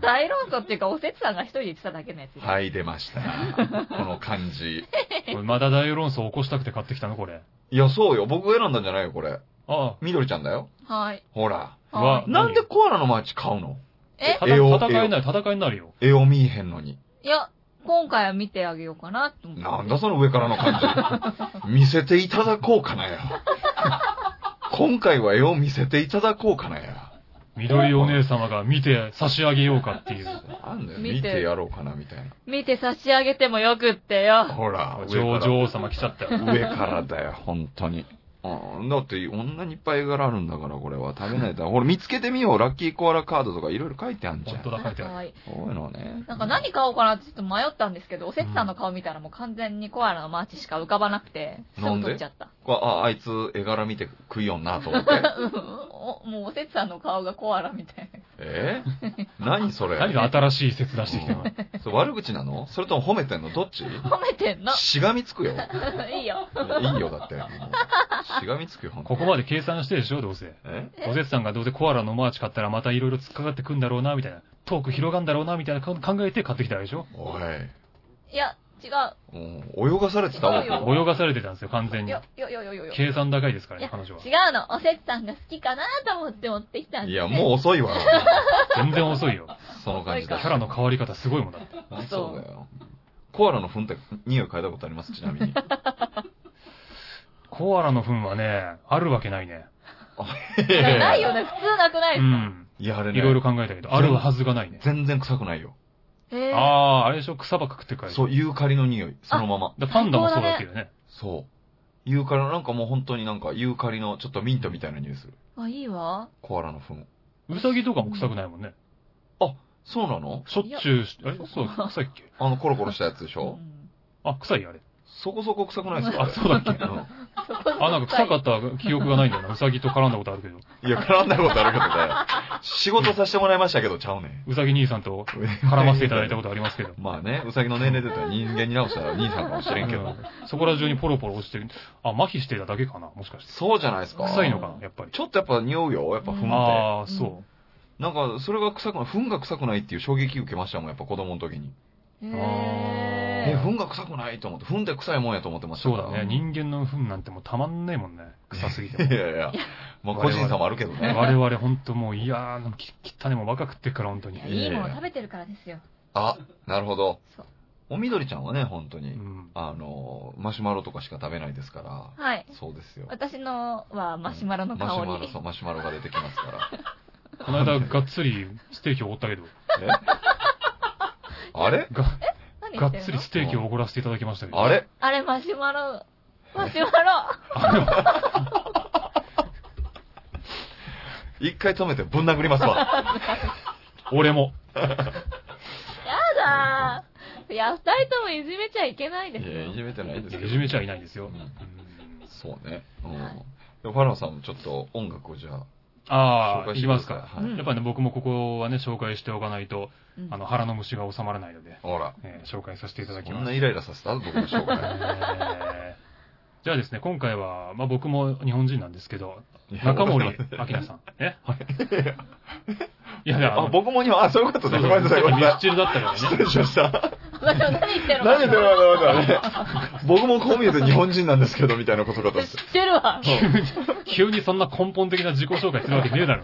S3: 大論争っていうか、おせつさんが一人で言ってただけのやつ。
S2: はい、出ました。 この感じ。
S1: これまだ大論争起こしたくて買ってきたのこれ。
S2: いや、そうよ。僕が選んだんじゃないよ、これ。
S1: あ
S2: みどりちゃんだよ。
S3: はい。
S2: ほら。
S1: あ。
S3: は。
S1: はい
S2: なんでコアラの街買うの
S3: え
S1: た
S2: 絵を
S1: 戦いになる、戦いになるよ。
S2: 絵を見えへんのに。
S3: いや、今回は見てあげようかなって思って。
S2: なんだその上からの感じ。見せていただこうかなや。今回は絵を見せていただこうかなや。
S1: 緑お姉様が見て差し上げようかっていう。
S2: なんだよ、
S3: 見て
S2: 見てやろうかな、みたい
S3: 見て差し上げてもよくってよ
S2: な。。ほら、
S1: 女王
S2: 上から
S1: 女王様来ちゃったよ。
S2: 上からだよ、本当に。うん、だって、女にいっぱい絵柄あるんだから、これは。食べないと。ほら、見つけてみよう。ラッキーコアラカードとかいろいろ書いてあんじゃ
S1: 本
S2: ん。
S1: 当
S2: こ
S1: だ、書いて
S3: か
S1: ある。
S3: わいい。
S2: ういうのね。
S3: なんか何買おうかなってちょっと迷ったんですけど、おせつさんの顔見たらもう完全にコアラのマーチしか浮かばなくて、すぐ取っちゃった。
S2: こうあ、あいつ、絵柄見て食いよんな、と思って。
S3: うんおもうおせつさんの顔がコアラみたいな。
S2: え何それ
S1: 何が新しい説出してきたの
S2: うんそれ悪口なのそれとも褒めてんのどっち
S3: 褒め てんの
S2: しがみつくよ。
S3: いいよ。
S2: いいよ、だって。もうしがみつくよ、ほんと
S1: ここまで計算してるでしょ、どうせ。
S2: え
S1: おせつさんがどうせコアラのマーチ買ったらまたいろいろ突っかかってくんだろうな、みたいな。トーク広がんだろうな、みたいなか考えて買ってきたでしょ
S2: おい。
S3: いや、違う。
S2: もう泳がされてた
S3: 違うよ
S2: わ。
S1: 泳がされてたんですよ、完全
S3: い
S1: に。
S3: や、いやいやいやいや。
S1: 計算高いですから
S3: い
S1: ね
S3: や、
S1: 彼女は。
S3: 違うの。おせつさんが好きかなと思って持ってきたんで。
S2: いや、もう遅い わ。
S1: 全然遅いよ。
S2: その感じだ
S1: キャラの変わり方すごいもんだって。
S2: あ
S3: そう
S2: そうだよ。コアラの糞って匂い嗅いだことありますちなみに。
S1: コアラの糞はね、あるわけないね。
S3: いや ないよね。普通なくないうです
S1: ん。
S2: いや、あれね。
S1: いろいろ考えたけど、あるはずがないね。
S2: 全然臭くないよ。
S3: か。へえ。
S1: あー、あれでしょ、草ばっか食ってるからでしょ
S2: そう、ユーカリの匂い。そのまま。
S1: だからパンダもそうだけどね。
S2: そう。ユーカリの、なんかもう本当になんかユーカリのちょっとミントみたいな匂いする。
S3: あ、いいわ。
S2: コアラの糞。
S1: ウサギとかも臭くないもんね。
S2: そうなの
S1: しょっちゅうし、あれそう、臭いっけ
S2: あの、コロコロしたやつでし
S3: う
S2: ょ、
S3: ん
S1: あ、臭いあれ。
S2: そこそこ臭くないですか
S1: あ、そうだっけ
S2: う
S3: そこ
S1: あ、なんか臭かった記憶がないんだよな。ウサギと絡んだことあるけど。
S2: ん。いや、絡んだことあるけどね。仕事させてもらいましたけど、ちゃうねん。
S1: ウサギ兄さんと絡ませていただいたことありますけど。
S2: まあね、うさぎの年齢出たら人間に直したら兄さんかもしれんけ
S1: う
S2: ど
S1: ん。そこら中にポロポロ落ちてる。あ、麻痺してただけかな、もしかして。
S2: そうじゃないですか。
S1: 臭いのかな、やっぱり。
S2: ちょっとやっぱ匂うよ、やっぱ糞って。
S1: ああ、
S3: うん
S1: そ
S2: なんか、それが臭くない、糞が臭くないっていう衝撃受けましたもん、やっぱ子供の時に。
S3: へ
S1: え
S2: え、
S3: え。
S2: 糞が臭くないと思って、糞って臭いもんやと思って
S1: う。
S2: ました
S1: そう
S2: から
S1: だね。人間の糞なんてもうたまんねえもんね。 臭すぎて
S2: い
S1: も。
S2: やいや、まあ個人差もあるけどね。
S1: 我々ほんともう、いやー、き汚ねもん若食ってっからほんとに
S3: いや。いいもの食べてるからですよ。
S2: あ、なるほど
S3: そう。
S2: おみどりちゃんはね、本当
S1: う
S2: に、
S1: ん。
S2: あの、マシュマロとかしか食べないですから、
S3: はい。
S2: そうですよ。
S3: 私のはマシュマロの
S2: マシ
S3: 香
S2: ュマロ、
S3: り
S2: そ。う、マシュマロが出てきますか
S1: この間がっつりステーキをおったけど、
S2: ら。えあれ
S1: が、
S3: 何
S1: が
S3: 言
S1: ってつ
S3: るの
S1: りステーキをおごらせていただきましたけど。
S2: あれ
S3: あれマシュマロ。マシ ュマロ。
S1: あ
S2: 一回止めてぶん殴りますわ。
S1: れ俺も。
S3: やだー。いや、二人ともいじめちゃいけ ない
S2: い
S3: です
S2: や、い
S3: よ。
S2: じめてないで
S1: い
S2: す
S1: や
S2: けど
S1: いじめちゃいないですよ。
S2: う
S1: うんん
S2: そうね。う
S3: はい
S2: ん。でもファラオさんもちょっと音楽をじゃあ、
S1: あ
S2: 紹
S1: あ、
S2: 介
S1: いき
S2: してくだ
S1: ま
S2: さ
S1: すか。
S2: い。はい
S1: やっぱりね、僕もここはね、紹介しておかないと、
S3: うん
S1: あの、腹の虫が収まらないので、
S2: ほら。
S1: えー紹介させていただき
S2: こ
S1: ま
S2: んな
S1: す。
S2: イライラさせた僕の紹介。
S1: えじゃあですね、今回は、まあ僕も日本人なんですけど、
S2: いや
S1: 中森明菜さん。えはい。いやいや、
S2: あ、僕もに、あ、そういうこと
S1: そ
S2: ね。
S1: う
S2: ご
S1: そう
S2: めん なさい、ごめん
S1: ミス
S2: なさ
S1: チルだったから
S2: い。
S1: ね。
S2: 失礼しました。
S3: 何言ってるの
S2: 何言ってるのかなと思ったね。僕もこう見えて日本人なんですけど、みたいなことかと思 って
S3: 知ってるわ。
S1: 急にそんな根本的な自己紹介するわけねえだろ。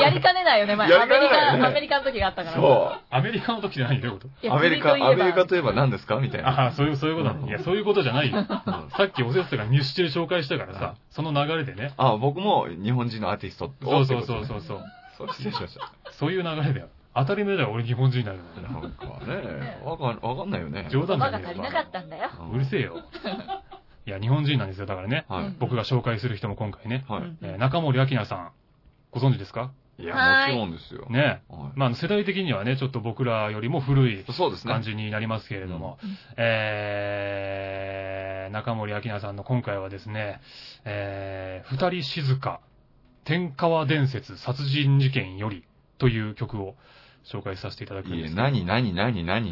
S3: やりかねないよね、前。
S2: や
S3: ア
S2: り
S3: メ
S2: か
S3: リ
S2: ねないよね
S3: カ、アメリカの時があったから。
S2: そ。
S1: アメリカの時じゃないどういうこと
S3: いうや
S2: アメリカ、
S3: 釣りといえば
S2: アメリカといえば何ですかみたいな。
S1: ああ、そういう、そういうことなの。いや、そういうことじゃないよ。さっきおせつがミスチル紹介したからさ、その流れでね。
S2: あ、僕も日本人のアーティストって
S1: そうそうそうそう。そう。
S2: そう失礼しました。
S1: そういう流れだよ。当たり前だよ、俺日本人になるの
S2: なんかね、わかわかんないよね。
S1: 冗
S3: 言
S1: 談
S3: 葉
S1: じ
S3: が
S1: ゃねえ
S3: 足り
S1: よ
S3: なかったんだよ。
S1: うるせえよ。いや、日本人なんですよ、だからね。
S2: は
S3: うん
S2: い。
S1: 僕が紹介する人も今回ね。
S2: は
S3: うん
S1: えー中森明菜さん、ご存知ですか
S2: い。いや、
S3: は
S2: も
S3: い
S2: ちろんですよ。
S1: ね
S2: は
S1: まあ、世代的にはね、ちょっと僕らよりも古い
S2: い。そうです
S1: 感
S2: ね。
S1: じになりますけれども、
S3: うんうん
S1: えー、中森明菜さんの今回はですね、えー、二人静か、天川伝説殺人事件よりという曲を紹介させていただくん
S2: い
S1: で
S2: え、
S1: すけど
S2: 何、何、何、 何。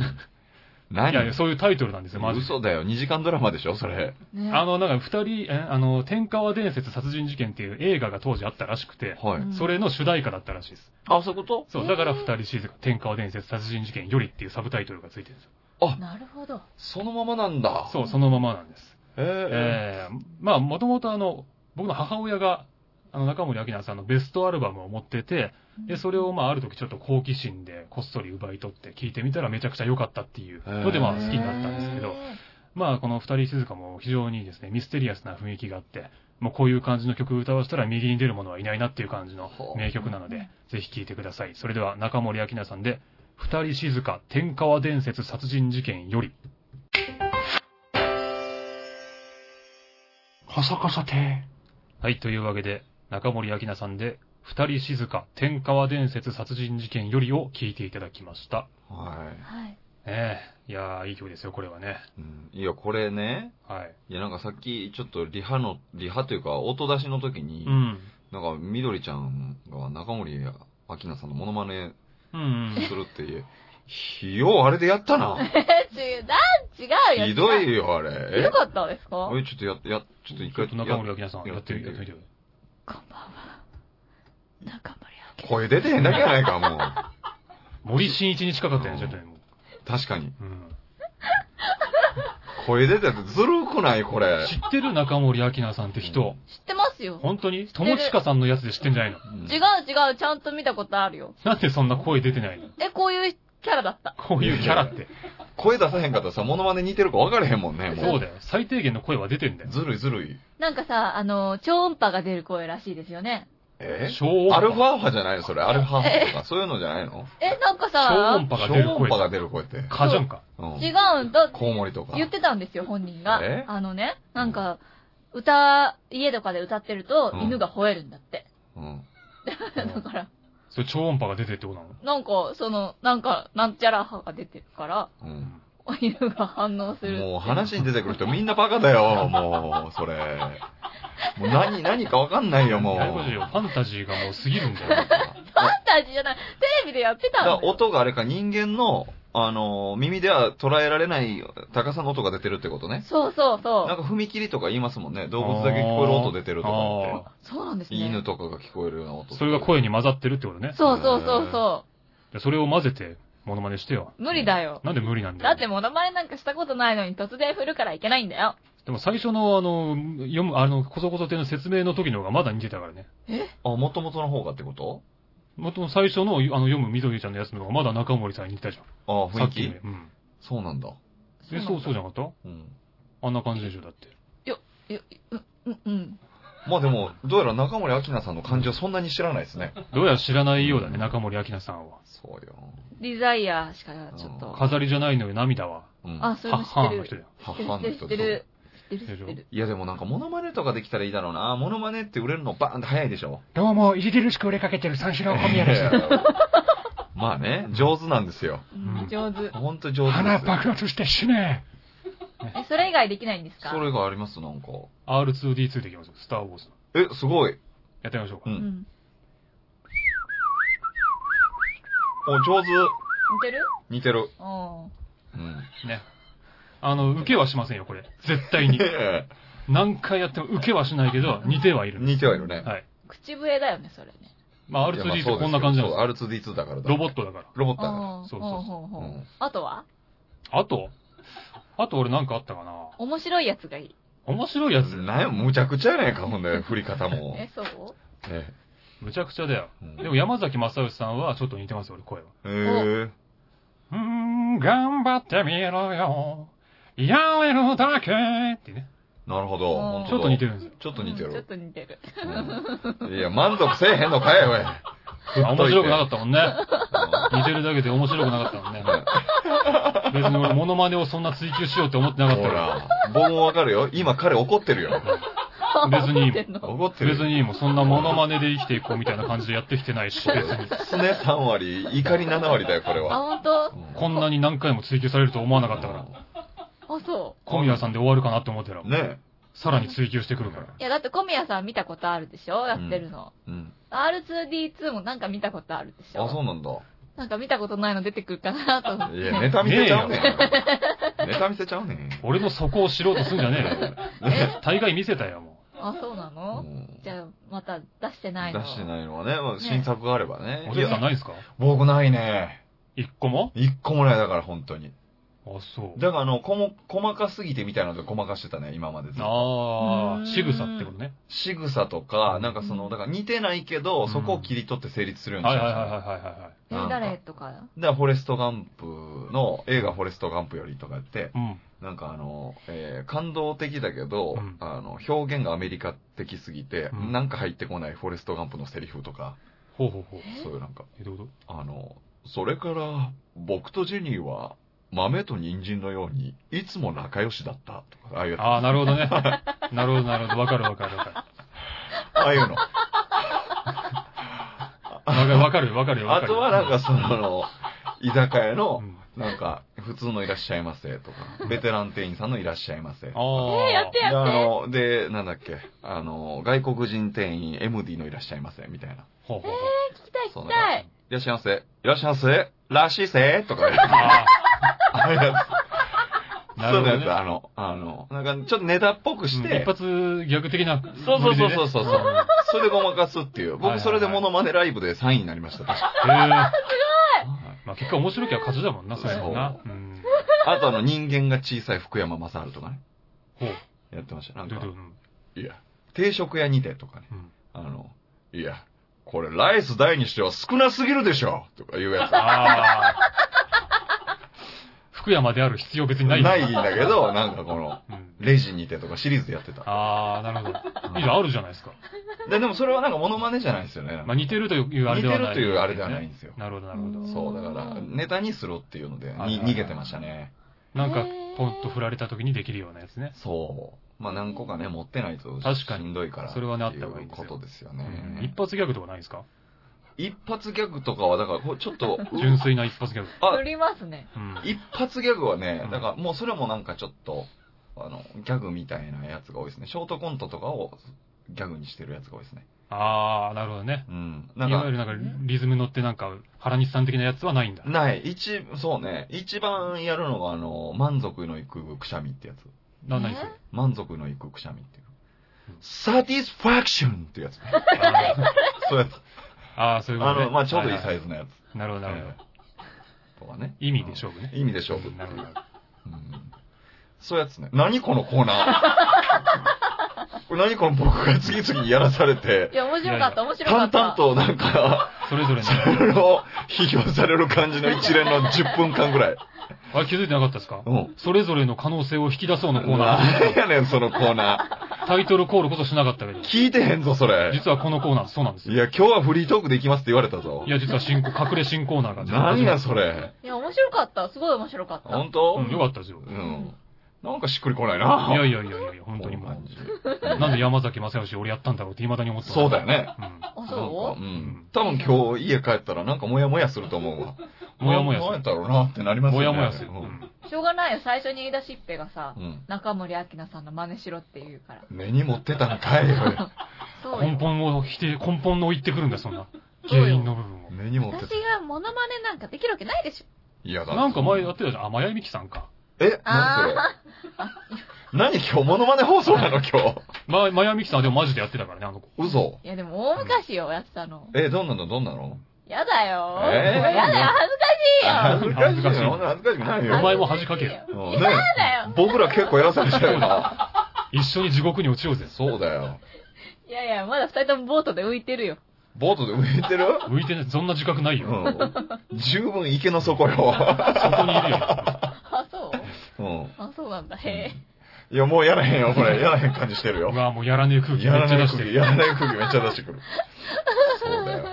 S2: 何
S1: いやいや、そういうタイトルなんですよ、マジで。
S2: 嘘だよ。2時間ドラマでしょそれ。
S3: ね
S1: あの、なんか二人、えあの、天川伝説殺人事件っていう映画が当時あったらしくて、
S2: はい。
S1: それの主題歌だったらしいです。
S2: あ、そういうこと
S1: そう、だから二人静か、天川伝説殺人事件よりっていうサブタイトルがついてるんですよ。
S3: なるほど。
S2: そのままなんだ。
S1: そう、そのままなんです。
S2: え
S1: えーまあ、もともとあの、僕の母親が、あの、中森明菜さんのベストアルバムを持ってて、で、それをまあ、ある時ちょっと好奇心でこっそり奪い取って聞いてみたらめちゃくちゃ良かったっていうので、
S2: へー
S1: まあ、好きになったんですけど、まあ、この二人静かも非常にですね、ミステリアスな雰囲気があって、もうこういう感じの曲歌わしたら右に出る者はいないなっていう感じの
S2: ほう
S1: 名曲なので、ぜひ聴いてください。それでは中森明菜さんで、二人静か天川伝説殺人事件より。
S2: こそこそて。
S1: はい、というわけで、中森明菜さんで、二人静か天川伝説殺人事件よりを聞いていただきました。
S2: は
S3: はい。
S1: ねえ、いやー、いい曲ですよ、これはね。
S2: い。うんいや、これね。
S1: はい。
S2: いや、なんかさっき、ちょっとリハの、リハというか、音出しの時に、
S1: うん。
S2: なんか、みどりちゃんが中森明菜さんのモノマネ
S1: うん、うん。
S2: するっていう。ひよ、あれでやっ たな。
S3: え、違う、なん違うよ。
S2: ひど
S3: 違
S2: いよ、あ
S3: う。
S2: れ。
S3: よかったですか
S2: おい、ちょっとや、や、ちょっと一
S1: ちょ
S2: 回
S1: っと中森
S2: や
S1: 明菜さん、やってみて、やってみてよ。
S3: こんばんは。中森明菜。
S2: 声出てへんだけやないか、もう。
S1: 森進一に近かったよね、ちょっとね。も
S2: 確かに。
S1: ううん。
S2: 声出ててずるくない、これ。
S1: 知ってる中森明菜さんって人。
S3: 知ってますよ。
S1: 本当に
S3: てる
S1: 友近さんのやつで知ってんじゃないの
S2: うん
S3: 違う違う、ちゃんと見たことあるよ。
S1: なんでそんな声出てないの
S3: え、こういうキャラだった。
S1: こういうキャラって。
S2: 声出さへんかったらさ、モノマネ似てるか分からへんもんね、も
S1: そう
S2: う。
S1: だよ。最低限の声は出てんだよ。
S2: ずるいずるい。
S3: なんかさ、あの、超音波が出る声らしいですよね。
S2: え
S1: 超音
S2: アルフ
S1: 波。
S2: ァーファじゃないのそれ、アルファーファとか、そういうのじゃないの
S3: え、なんか
S1: 超
S3: さ
S1: 音、波が
S2: 超
S1: 出る
S2: 音
S1: 声。
S2: 波が出る声って。
S1: かじゃんか。
S2: うん
S3: 違うんだって
S2: コウモリとか。
S3: 言ってたんですよ、本人が
S2: え。
S3: あのね、なんか、歌、家とかで歌ってると
S2: うん
S3: 犬が吠えるんだって。
S2: うん。
S1: うん
S3: だから、
S1: それ超音波が出てってことなの
S3: なんか、その、なんか、なんちゃら歯が出てるから、
S2: うん。
S3: 犬が反応する。
S2: もう話に出てくる人みんなバカだよ、もう、それ。もう何、何かわかんないよ、もう。
S1: ややこしいよ。ファンタジーがもう過ぎるんだよ。
S3: ファンタジーじゃない。テレビでやって
S2: だ
S3: た
S2: か
S3: の
S2: ら。音があれか、人間の、あのー、耳では捉えられない高さの音が出てるってことね。
S3: そうそうそ
S2: なん
S3: う。
S2: か踏切とか言いますもんね。動物だけ聞こえる音出てるとかっ
S1: あ
S3: そうなんです
S2: て。
S3: ね。
S2: 犬とかが聞こえるような
S1: ー
S2: 音
S1: それが声に混ざってるってことね。
S3: そうそうそうそ
S1: でそれを混ぜて、モノマネしてよ。
S3: う。無理だよ。
S1: なんで無理なんだ
S3: だ
S1: よ。
S3: ってモノマネなんかしたことないのに突然振るからいけないんだよ。
S1: でも最初の、あの、読む、あの、こそこそ亭の説明の時の方がまだ似てたからね。
S2: あ、もともとの方がってこと
S1: もともと最初の、あの、読む緑ちゃんのやつの方がまだ中森さんに似てたじゃ
S2: ああ、
S1: ん。さ
S2: 雰
S1: っ
S2: 囲
S1: き
S2: 気
S1: ね。うん。
S2: そうなんだ。
S1: え、そう、そうじゃなかった
S2: うん。
S1: あんな感じでしょ、だって。
S3: うんうん。
S2: まあでも、どうやら中森明菜さんの感じはそんなに知らないですね。
S1: どうやら知らないようだね、中森明菜さんは。
S2: そうよ。
S3: デザイアしかちょっと。
S1: 飾りじゃないのよ、涙は。
S2: うん。
S3: あ、それも知
S1: は
S3: っ
S1: ってはん
S3: る。
S1: の人だよ。
S3: 知
S2: 母
S3: っ
S2: の
S3: てる知
S2: 人
S3: って
S2: と
S3: る。知ってる知ってる。
S2: いやでもなんかモノマネとかできたらいいだろうな。モノマネって売れるのバーンって早いでしょ。
S4: どうも、いじるしく売れかけてる三四郎小宮 です。
S2: まあね、上手なんですよ。
S3: うん上手。
S2: ほんと上手で
S4: 花
S2: すよ。
S4: 爆発して死ね。
S3: え、それ以外できないんですか
S2: それがあります、なんか。
S1: R2D2 でいきますよ、スターウォーズの。
S2: え、すごい。
S1: やってみましょうか
S2: う。。
S3: うんん。
S2: お、上手。
S3: 似てる
S2: 似てる。
S3: うん。
S2: うん。
S1: ね。あの、受けはしませんよ、これ。絶対に。何回やっても受けはしないけど、似てはいる。
S2: 似てはいるね。
S1: はい。
S3: 口笛だよね、それね。
S1: まあ、
S2: いやまあ
S1: R2D って
S2: そうです
S1: こんな感じなん
S2: そ
S1: で
S2: う
S1: すよ。
S2: R2D2 だからだ。
S1: ロボットだから。
S2: ロボットだか
S3: あー
S1: そうそう
S3: ほうほうほ
S2: ら。
S3: う
S2: うん
S3: あとは
S1: あとあと俺なんかあったかな
S3: 面白いやつがいい。
S1: 面白いやつ。
S2: なんや、むちゃくちゃやないか、ほん で、振り方も。
S3: え、そう
S2: え
S1: むちゃくちゃだよ。
S2: えうん
S1: でも山崎正義さんはちょっと似てますよ、俺声は。
S2: へえ。
S1: うーん、頑張ってみろよ。やれるだけってね。
S2: なるほど。
S3: うん
S2: 本当だ
S1: ちょっと似てるんですよ。
S2: ちょっと似て
S3: うんちょっ
S2: る。
S3: と似てる。
S2: うんいや、満足せえへんのかよ、おい。
S1: あ 面白くなか
S2: っ
S1: ったもんね。
S2: た。
S1: 似てるだけで面白くなかったもんね。別に俺、モノマネをそんな追求しようって思ってなかった
S2: ほ、
S1: から
S2: 僕もわかるよ。今彼怒ってるよ。
S1: ら。別 にいいもん、
S2: 怒ってる。
S1: 別にいいもんそんなモノマネで生きていこうみたいな感じでやってきてないし、別に。
S2: すね3割、怒り7割だよ、これ
S3: あ、
S2: は。
S3: ほんと
S1: こんなに何回も追求されると思わなかったから、
S3: あ、そ
S1: 小宮さんで終わるかなって思ってたら、
S2: うんね
S1: さらに追求してくるから。
S3: う。いや、だって小宮さん見たことあるでしょやってるの。
S2: え。うん。
S3: R2D2 もなんか見たことあるでしょ
S2: あ、そうなんだ。
S3: なんか見たことないの出てくるかなと思って。
S2: いや、ネタ見せちゃうねん。 ネタ見せちゃうねん。
S1: 俺の底を知ろうとすんじゃねえよ。大概見せたよ、も
S3: あ、そうな
S2: う
S3: の、
S2: ん
S3: じゃあ、また出してないの
S2: 出してないのはね、まあ新作があればね
S1: う。。お
S2: い
S1: じさん
S2: や、
S1: ないですか
S2: 僕ないね。
S1: 一個も
S2: 一個もないだから、本当に。
S1: あ、そう。
S2: だから、あの、こも、細かすぎてみたいなのでごまかしてたね、今までずっと。
S1: あ
S3: うーん
S1: あ、仕草ってことね。
S2: 仕草とか、なんかその、だから似てないけ
S1: う
S2: ど、
S1: ん
S2: そこを切り取って成立するように
S1: は
S2: し
S1: いは
S2: ま
S1: いは
S2: し
S1: い
S2: たね。
S1: はいはいはい。
S3: え、誰とか。
S2: だから、フォレストガンプの、映画フォレストガンプよりとかやって、
S1: うん。
S2: なんかあの、えー感動的だけど、
S1: うん
S2: あの、表現がアメリカ的すぎて、
S1: うん
S2: なんか入ってこないフォレストガンプのセリフとか、
S1: ほうほうほう。
S2: そういうなんか、
S1: え、どういうこ
S2: あの、それから、僕とジェニーは、豆と人参のように、いつも仲良しだった、とか、ああいう
S1: と、ああ、なるほ どね。なるほどなるほど。わかるわかるわか
S2: ああいうの。
S1: る。わかるわかるよわかるよ。
S2: あとはなんかその、居酒屋
S1: う
S2: の、
S1: ん、
S2: なんか、普通のいらっしゃいませとか、ベテラン店員さんのいらっしゃいませとか。
S1: ああ。
S3: え、やっ
S2: で、
S3: てや
S2: あ
S3: って。
S2: の、で、なんだっけ、あの、外国人店員 MD のいらっしゃいませ、みたいな。
S1: ほうほうほう。
S3: 聞きたい、
S2: そう
S3: 聞きたい。
S2: いらっしゃいませ、いらっしゃいませ、らしいせ、とか、
S1: あ
S2: あれや
S1: あ、
S2: つ、
S1: な
S2: そ
S1: るほど、
S2: うな
S1: ね。
S2: やつ、あの、あの、なんかちょっとネタっぽくし
S1: うん一
S2: て、
S1: 発逆的な、
S2: そうそ
S1: ノ
S2: うそう
S1: リでね
S2: そうそうそうそれでごまかすっていう。
S1: はいはいはい
S2: 僕それでモノマネライブで3位になりました、確か
S1: へ え
S2: はい
S1: まあ結果面白きゃ勝ちだもんな、そういうのな。うん。
S2: あとあの、人間が小さい福山雅治とかね、
S1: ほう。
S2: やってました。なん
S1: ど
S2: か
S1: う、どううん
S2: いや、定食屋にてとかね。
S1: うん
S2: あの、いや、これライス大にしては少なすぎるでしょとかいうやつ。
S1: ああ。福山である必要別に ないよ
S2: ないんだけど、なんかこの、
S1: うん。
S2: レジにてとかシリーズでやってた。
S1: ああ、なるほど。いいじゃんあるじゃないですか。
S2: ででもそれはなんかモノマネじゃないんですよね。
S1: まあ似てるというあれ
S2: 似
S1: で
S2: て
S1: はない。
S2: るというあれではないんですよ。
S1: なるほど、なるほど。
S2: そう、だから、ネタにするっていうので、に
S1: はいはいはい
S2: 逃げてましたね。
S1: なんか
S3: へー、
S1: ポンと振られた時にできるようなやつね。
S2: そう。まあ何個かね、持ってないと
S1: 確か
S2: し
S1: に
S2: んどいから。
S1: それはねあった方がいいですよ
S2: ことですよ
S1: うん
S2: ね
S1: 一。発ギャグとかないですか
S2: 一発ギャグとかは、だからこう、ちょ っと、
S1: 純粋な一発ギャグ。
S2: あ
S3: 売、りますね。
S1: うん。
S2: 一発ギャグはね
S1: う、ん
S2: だからもうそれもなんかちょっと、あの、ギャグみたいなやつが多いですね。ショートコントとかをギャグにしてるやつが多いですね。
S1: ああ、なるほどね。
S2: うん。
S1: い
S2: なん
S1: わゆ
S2: か、
S1: るなんかリズム乗ってなんか原西さん的なやつはないんだ。
S2: ない。一、そうね。一番やるのが、あの、満足のいくくしゃみってやつ。
S1: な、ないですよ。
S2: 満足のいくくしゃみっていう
S1: うん。
S2: サティスファクションって やつ。そういうやつ。
S1: ああ、そういうこ
S2: あ
S1: とね。
S2: の、まあちょうどいいサイ
S1: ズ。
S2: ズのや
S1: なるほど、
S2: つ。
S1: なるほど。
S2: とかね。
S1: 意味で勝負ね。
S2: 意味でしょう。
S1: なるほど。
S2: うんそういうやつね。何このコーナ ーこれ何この僕が次々にやらされて
S3: い、や、面白かった、面白
S2: 淡
S3: かった。
S2: 々となんか、
S1: それぞれ
S2: そ
S1: ね。
S2: れを批評される感じの一連の10分間ぐらい。
S1: あれ気づいてなかったですか
S2: うん。
S1: それぞれの可能性を引き出そうのコー ナ
S2: 何やねん、そのコーナ
S1: ー。タイトルコールこそしなかったけど
S2: ー。。聞いてへんぞ、それ。
S1: 実はこのコーナー、そうなんです
S2: い
S1: よ。
S2: や、今日はフリートークできますって言われたぞ
S1: い。や、実は新、隠れ新コーナーが。
S2: 何や、それ。
S3: いや、面白かった。すごい面白かった。
S2: 本当
S1: うん、よかったですよ。
S2: う
S1: い
S2: ん。なんかしっくりこないな。
S1: やいやいやいやいや、本当にも
S2: こん
S1: う。
S2: な感じ
S1: なんで山崎正義俺やったんだろうって未だに思ってます
S2: そうだよ。ね。
S1: うん。
S3: あ、
S2: なん
S3: そ
S2: かうん。多分今日家帰ったらなんかモヤモヤすると思うわ。
S1: もやもやす
S2: なんやっ
S1: る。
S2: たろうなってなりますよ
S1: も
S2: ね。
S1: やもやする。う
S2: うん
S1: ん
S3: うしょうがないよ。最初に言い出しっぺがさ、
S2: うん。
S3: 中森明菜さんの真似しろって言うから。
S2: 根に持ってたのかいよ。
S3: そう
S1: 根
S3: よ。
S1: 本を否定、根本の言ってくるんだよ、そんな。
S3: そうよ
S1: 原因の部分を。
S2: 根に持って
S3: 私
S2: た。
S3: がモノマネなんかできるわけないでしょ。
S2: いやだって。
S1: なんか前やってたじゃん。あ、まやみきさんか。
S2: え
S3: あ
S2: 何何今日、モノマネ放送なの今日。
S1: ま、マヤミキさんはでもマジでやってたからね、あの子。
S2: 嘘。
S3: いや、でも大昔よ、やってたの。
S2: え、どんなのどんなの
S3: やだよ。
S2: えー
S3: もうやだよ、恥ずかしいよ。
S1: 恥ずかしい
S2: よ 恥ずかしくないよ。
S1: お前も恥かけよ
S3: や
S2: うん
S3: だ
S2: ね
S3: よ。
S2: 僕ら結構偉そうにしたよな。
S1: 一緒に地獄に落ちようぜ。
S2: そうだよ。
S3: いやいや、まだ二人ともボートで浮いてる よ。
S2: ボートで浮いてる
S1: 浮いてね、そんな自覚ないよ。
S2: うん。十分池の底よ。
S1: そこにいる よ。
S3: あ、そう
S2: うん。
S3: あ、そうなんだ。へ
S2: いや、もうやらへんよ、これ。やらへん感じしてるよ
S1: う。わもうやらねえ空気
S2: や
S1: め
S2: ら
S1: っちゃ
S2: ない
S1: 出し
S2: 空
S1: て
S2: 気、
S1: る。
S2: やらない空気めっちゃ出してくる。そうだよ。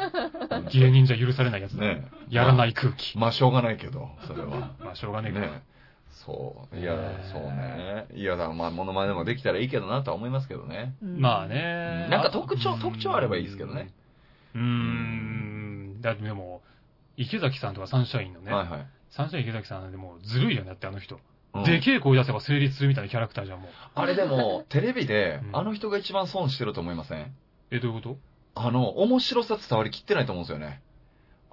S1: 芸人じゃ許されないやつだ。
S2: ね
S1: やらない空気。
S2: まあ、しょうがないけど、それは。
S1: まあ、しょうがねえけど。
S2: ねそう。いや
S1: ね、
S2: そうね。いや、だからまあ、モノマネもできたらいいけどなとは思いますけどね。
S3: え。
S1: まあ。ね。
S2: なんか特徴
S1: うん
S2: 特徴あればいいですけどね。
S1: うーん。だってでも、池崎さんとかサンシャインのね、
S2: はいはい
S1: サンシャイン池崎さんでもうずるいよね、だってあの人。
S2: うん。
S1: でけえ声出せば成立するみたいなキャラクターじゃん、もう。
S2: あれでも、テレビで
S1: う、ん
S2: あの人が一番損してると思いません
S1: え、どういうこと
S2: あの、面白さ伝わりきってないと思うんですよね。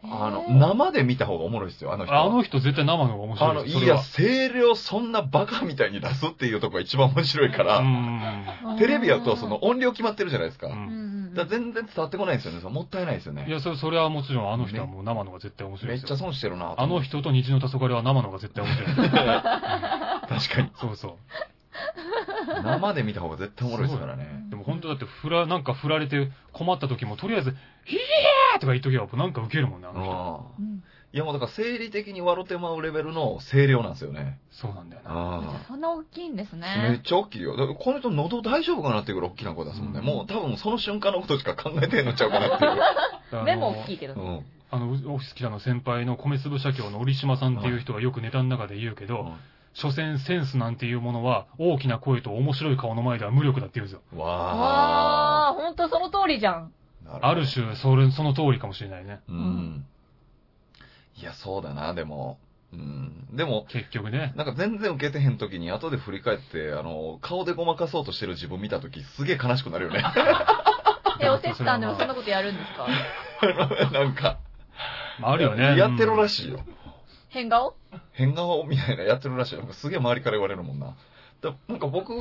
S2: あの、
S3: へー
S2: 生で見た方がおもろいですよ、あの人は。
S1: あの人絶対生の方が面白い
S2: あの、
S1: ですそ
S2: い
S1: れ
S2: や、
S1: は
S2: 声量そんなバカみたいに出すっていうとこが一番面白いか
S1: う
S2: ら、
S1: ん
S2: テレビやとその、音量決まってるじゃないですか。
S1: う。
S3: うんん。
S2: だから全然伝わってこないんですよね。それもったいないですよ
S1: い
S2: ね。
S1: や、それ、それはもちろんあの人はもう生の方が絶対面白
S2: め
S1: い
S2: っ
S1: で
S2: ち
S1: す
S2: ゃ
S1: よ。
S2: 損してるなと
S1: あの
S2: 思って
S1: 人と日の黄昏は生の方が絶対面白い。
S2: 確かに。
S1: そうそう。
S2: 生で見た方が絶対おもろいですからね。
S1: でも本当だって、ふら、なんか振られて困った時も、とりあえず、ひえーとか言っときゃ、なんかウケるもんね、あの人。
S2: ああ
S3: うん
S2: いや、もうだから生理的に笑ってまうレベルの声量なんですよね。
S1: そうなんだよな。
S2: あ
S3: そんな大きいんです
S2: あ。めっ
S3: ね。
S2: ちゃ大きいよ。だからこの人喉大丈夫かなっていうぐらい大きな声出すもんね。
S1: うん
S2: もう多分その瞬間のことしか考えてんのちゃうかなってい
S3: 目も大きいけど
S2: う。う。ん。
S1: あの、うオフィス北の先輩の米粒社協の折島さんっていう人がよくネタの中で言うけど、所詮センスなんていうものは、大きな声と面白い顔の前では無力だって言うんですよ。
S2: うんわあ。
S3: あー、ほんとその通りじゃ ん。
S2: なほど
S1: ある種、それ、その通りかもしれないね。
S2: うん。いや、そうだな、でも。うん。でも、
S1: 結局ね。
S2: なんか全然受けてへん時に後で振り返って、あの、顔でごまかそうとしてる自分見た時すげえ悲しくなるよね。
S3: え、おせつさんでもそんなことやるんですか
S2: なんか。
S1: まあ、あるよね。
S2: やってるら
S1: い。
S2: しいよ。
S3: 変顔
S2: 変顔みたいなやってるらしいよ。なんかすげえ周りから言われるもんな。だなんか僕、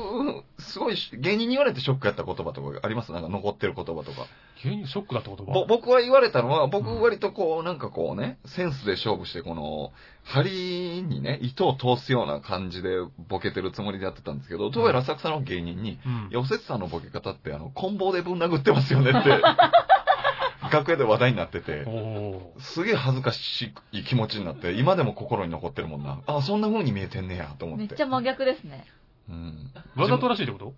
S2: すごいし、芸人に言われてショックやった言葉とかありますなんか残ってる言葉とか。
S1: 急にショックだって言
S2: ぼ
S1: 葉。
S2: 僕は言われたのは、僕
S1: うん
S2: 割とこう、なんかこうね、センスで勝負して、この、針にね、糸を通すような感じでボケてるつもりでやってたんですけど、どうやら浅草の芸人に、
S1: うん。
S2: ヨセツさんのボケ方って、あの、棍棒でぶん殴ってますよねって、楽屋で話題になってて
S1: お、お
S2: すげえ恥ずかしい気持ちになって、今でも心に残ってるもんな。あ、そんな風に見えてんねや、と思って。
S3: めっちゃ真逆ですね。
S2: うん。
S1: ー。わざとらしいってこと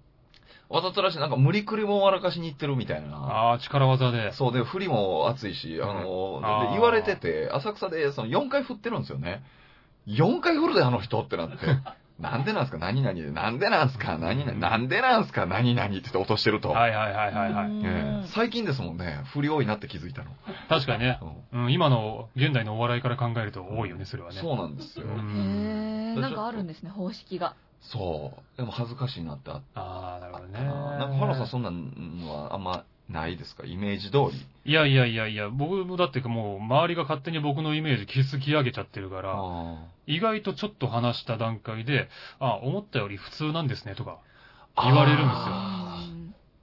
S2: わざとらしい、なんか無理くりも笑かしに行ってるみたいな。
S1: ああ、力技で。
S2: そうで、振りも熱いし、あの、
S1: うんあー
S2: で言われてて、浅草でその4回振ってるんですよね。4回振るで、あの人って なって。なんでなんすか何々で、なんでなんすか何々、なんでなんすか何々って言って落としてると。
S1: はいはいはいはいはい。
S3: うん
S2: ええ最近ですもんね、振り多いなって気づいたの。
S1: 確かにね。
S2: うん
S1: うん、今の、現代のお笑いから考えると多いよね、それはね。
S2: そうなんですよ。
S1: うん
S3: へー、なんかあるんですね、方式が。
S2: そう。でも恥ずかしいなってあっ
S1: ああ、なる
S2: た
S1: ほ
S2: か
S1: どね。
S2: な。なんか原さんそんなのはあんまないですかイメージ通り。
S1: いやいやいやいや、僕もだってもう、周りが勝手に僕のイメージ築き上げちゃってるから、
S2: あ
S1: 意外とちょっと話した段階で、あ思ったより普通なんですね、とか。
S2: ー
S1: 言われるんですよ
S2: あ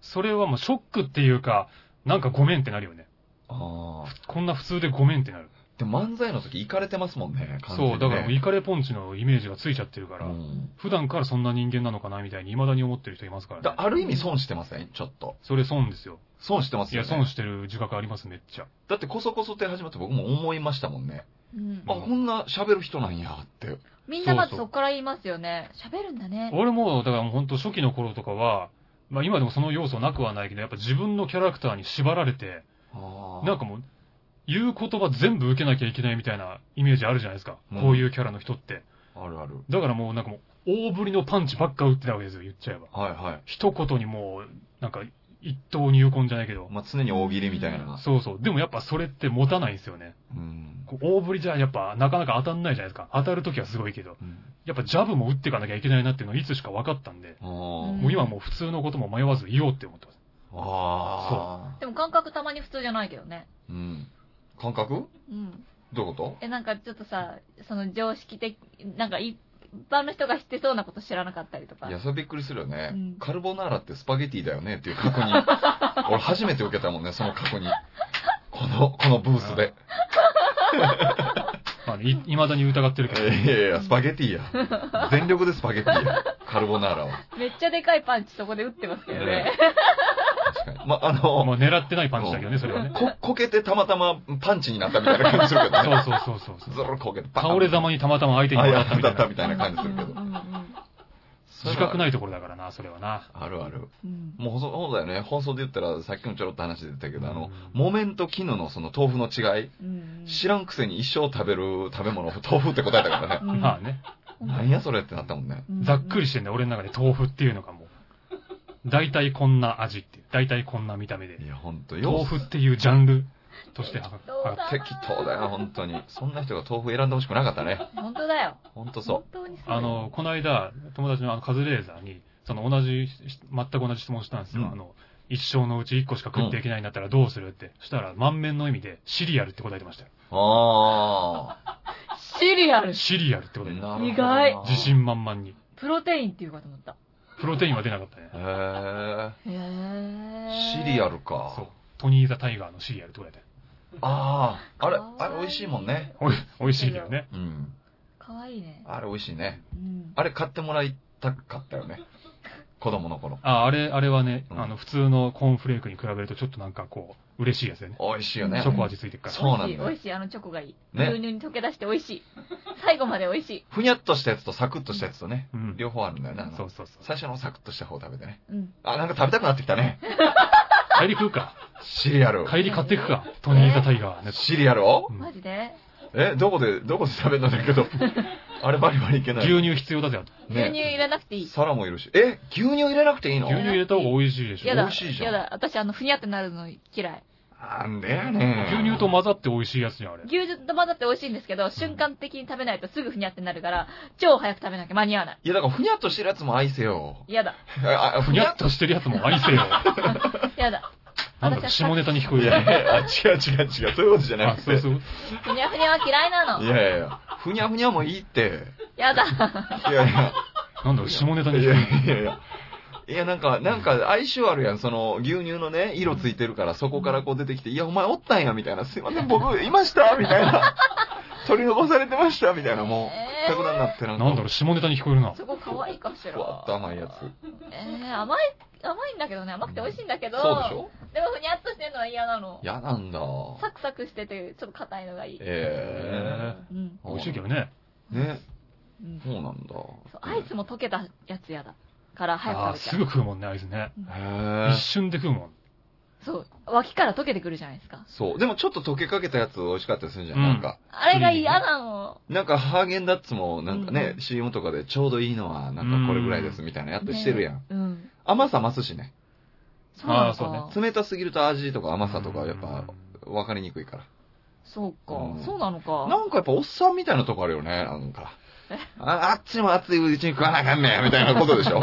S1: それはもうショックっていうか、なんかごめんってなるよね。
S2: ーあー。
S1: こんな普通でごめんってなる。
S2: でも漫才の時行かれてますもんね。完全に
S1: そ
S2: ね
S1: う、だからもうイカレポンチのイメージがついちゃってるから、
S2: うん
S1: 普段からそんな人間なのかなみたいに未だに思ってる人いますから
S2: だ
S1: ね。
S2: ある意味損してませんちょっと。
S1: それ損ですよ。
S2: 損してます
S1: い
S2: よ、
S1: や、
S2: ね。
S1: 損してる自覚あります、めっちゃ。
S2: だってこそこそって始まって僕も思いましたもんね。
S3: うん
S2: あ、こんな喋る人なんやって。
S3: みんなまずそっから言いますよね。喋るんだね。
S1: 俺も、だからもう本当初期の頃とかは、まあ今でもその要素なくはないけど、やっぱ自分のキャラクターに縛られて、
S2: あー
S1: なんかもう、言う言葉全部受けなきゃいけないみたいなイメージあるじゃないですか。
S2: うん
S1: こういうキャラの人って。
S2: あるある。
S1: だからもうなんかもう、大振りのパンチばっか打ってたわけですよ、言っちゃえば。
S2: はいはい。
S1: 一言にもう、なんか、一刀入魂じゃないけど。
S2: まあ、常に大喜利みたいな。
S1: そうそう。でもやっぱそれって持たないんですよね。
S2: うん。
S1: こう大振りじゃやっぱなかなか当たんないじゃないですか。当たるときはすごいけど。
S2: うん
S1: やっぱジャブも打っていかなきゃいけないなっていうのをいつしか分かったんで、
S2: あー
S3: うん
S1: もう今はもう普通のことも迷わず言おうって思ってます。
S2: ああ。
S3: でも感覚たまに普通じゃないけどね。
S2: うん。感覚
S3: うん。
S2: どういうこと
S3: え、なんかちょっとさ、その常識的、なんかい般の人が知ってそうなこと知らなかったりとか。
S2: いや、それびっくりするよね、
S3: うん
S2: カルボナーラってスパゲティだよねっていう過去に。俺初めて受けたもんね、その過去に。この、このブースで。
S1: まあね、い未だに疑ってるけど、
S2: いやいや、スパゲティや。全力でスパゲティや。カルボナーラは。
S3: めっちゃでかいパンチそこで打ってますけどね。
S2: 確かに。ま、あの、
S1: まあ狙ってないパンチだけどね、それはね。
S2: こ、こけてたまたまパンチになったみたいな感じするけ
S1: そう
S2: どね。
S1: そうそう そう
S2: ずるこけて、
S1: 倒れざまにたまたま相手に
S2: あ、
S1: 当
S2: や
S1: た
S2: っ
S1: ったみ
S2: た
S1: た
S2: っ
S1: い
S2: た
S1: な。
S2: みたいな感じするけど。。
S3: うんうん
S1: 自覚ないいところだからな、それはな。
S2: あるある。
S3: うん
S2: もうそうそうだよね。放送で言ったら、さっきもちょろっと話出てたけど、あ
S1: う
S2: の、
S1: ん
S2: 木綿と絹のその豆腐の違い。
S3: うん
S2: 知らんくせに一生食べる食べ物、豆腐って答えたからね。
S3: うん
S1: まあね、
S3: うん
S2: 何やそれってなったもんね。
S3: うん
S1: ざっくりしてんだよ、俺の中で豆腐っていうのがもう。大体こんな味っていう、大体こんな見た目で
S2: い。や、ほんと、
S1: 豆
S2: よ
S1: 腐っていうジャンルとしてはは
S2: う適当だよ、ほんとに。そんな人が豆腐選んでほしくなかったね。
S3: 本当だよ。
S2: ほんとそ
S3: 本当にそうだよ。
S1: あの、この間、友達のあのカズレーザーに、その同じ、し全く同じ質問したんですよ。
S2: うん
S1: あの、一生のうち一個しか食っていけないんだったらどうするって。したら、満面の意味で、シリアルって答えてましたよ。
S2: う。ああ。
S3: シリアル。
S1: シリアルって答えてた。
S2: なるほどな
S3: 意外
S1: 自。信満々に。
S3: プロテインっていうかと思った。
S1: プロテインは出なかったね。
S2: へえ。
S3: へ
S2: シ
S3: ー
S2: リアル
S1: そう
S2: か。。
S1: トニー・ザ・タイガーのシリアルって答えて。
S2: ああ。あれ
S3: かわ、
S2: あ
S3: いい
S2: れ美味しいもんね。
S1: おい、美味しいけどね。
S2: うん。
S3: かわいいね。
S2: あれ美味しいね。
S3: うん。
S2: あれ買ってもらいたかったよね。子供の頃。
S1: あ、あれ、あれはね、
S2: うん
S1: あの、普通のコーンフレークに比べるとちょっとなんかこう、嬉しいやつだよね。
S2: 美味しいよね。
S1: チョコ味ついてるから。
S2: そうなんだ
S3: 美味しい、美味しい。あのチョコがいい。
S2: ね
S3: 牛乳に溶け出して美味しい。最後まで美味しい。
S2: ふにゃっとしたやつとサクッとしたやつとね。
S1: うん。
S2: 両方あるんだよね。あの
S1: そうそうそう。
S2: 最初のサクッとした方を食べてね。
S3: うん。
S2: あ、なんか食べたくなってきたね。
S1: 帰り食うか。
S2: シリアル。
S1: 帰り買っていくか。トニー・ザ・タイガーね。
S2: シリアルを
S1: うん
S3: マジで
S2: え、どこで、どこで食べたんだ けど。あれバリバリいけない。
S1: 牛乳必要だぜ。
S3: 牛乳入れなくていい。
S2: 皿もいるし。え、牛乳入れなくていいの
S1: 牛乳入れた方が美味しいでしょ。
S3: やだ。
S2: 美味しいじゃん
S3: やだ。私、あの、ふにゃってなるの嫌い。
S2: なんでやねん。
S1: 牛乳と混ざって美味しいやつじゃん、あれ。
S3: 牛乳と混ざって美味しいんですけど、瞬間的に食べないとすぐふにゃってなるから、超早く食べなきゃ間に合わない。
S2: いや、だからふにゃっとしてるやつも愛せ よ。
S3: やだ。
S2: あ、あ
S1: ふ
S2: ふ
S1: に
S2: に
S1: ゃ
S2: ゃっ
S1: っとしてるやつも愛せよ。
S3: やだ。
S1: なんだろ、下ネタに聞こえ
S2: いや
S1: る。
S2: いや、あ違う違う違う。そういうことじゃな
S1: あ、
S2: くて。
S1: そうそう。
S3: ふにゃふにゃは嫌いないの。
S2: やいや、ふにゃふにゃもいいって。
S3: やだ。
S2: いやいや、
S1: なんだろ、下ネタ
S2: い
S1: に
S2: や
S1: 聞こ
S2: い
S1: える。
S2: やいや。いや、なんか、なんか、相性あるやん。その、牛乳のね、色ついてるから、そこからこう出てきて、いや、お前おったんや、みたいな。すいません、僕、いましたみたい な。取り残されてましたみたいな、もう、
S3: えー
S2: 格段になってなんか。
S1: なんだろ、下ネタに聞こえるな。
S3: そこ可愛いかしら。
S2: ふわっと甘いやつ。
S3: えー、甘い、甘いんだけどね。甘くて美味しいんだけど。
S2: そうでしょ
S3: でもふにゃっとしてるのは嫌なの。
S2: 嫌なんだ。
S3: サクサクしてて、ちょっと硬いのがいい。
S2: え
S1: へ
S3: うん。
S2: え
S1: 美味しいけどね。
S2: ね、
S3: うん
S2: そうなんだ。
S3: そうアイスも溶けたやつやだ。から
S1: あ
S3: 早
S1: ー
S3: く食べち
S1: す
S3: ゃ
S1: ぐ食うもんね、アイスね。
S2: へえ
S1: 一。瞬で食うもん。
S3: う。そう。脇から溶けてくるじゃないですか。
S2: そう。でもちょっと溶けかけたやつ美味しかったりするじゃん。
S1: うん
S2: なんか、
S3: あれが嫌なの。
S2: なんかハーゲンダッツもなんかね、
S3: うん
S2: CM とかでちょうどいいのはなんかこれぐらいですみたいなやってしてるやん。
S3: うん。
S2: 甘さ増すしね。
S3: そうな
S1: あー
S3: の
S1: そうね
S3: か。
S2: 冷たすぎると味とか甘さとかやっぱ分かりにくいか
S3: そうか
S2: うん。
S3: そうなの
S2: ら。
S3: か。
S2: なんかやっぱおっさんみたいなとこあるよね、なんか。ああっちも熱いうちに食わなあかんねんみたいなことで しょ。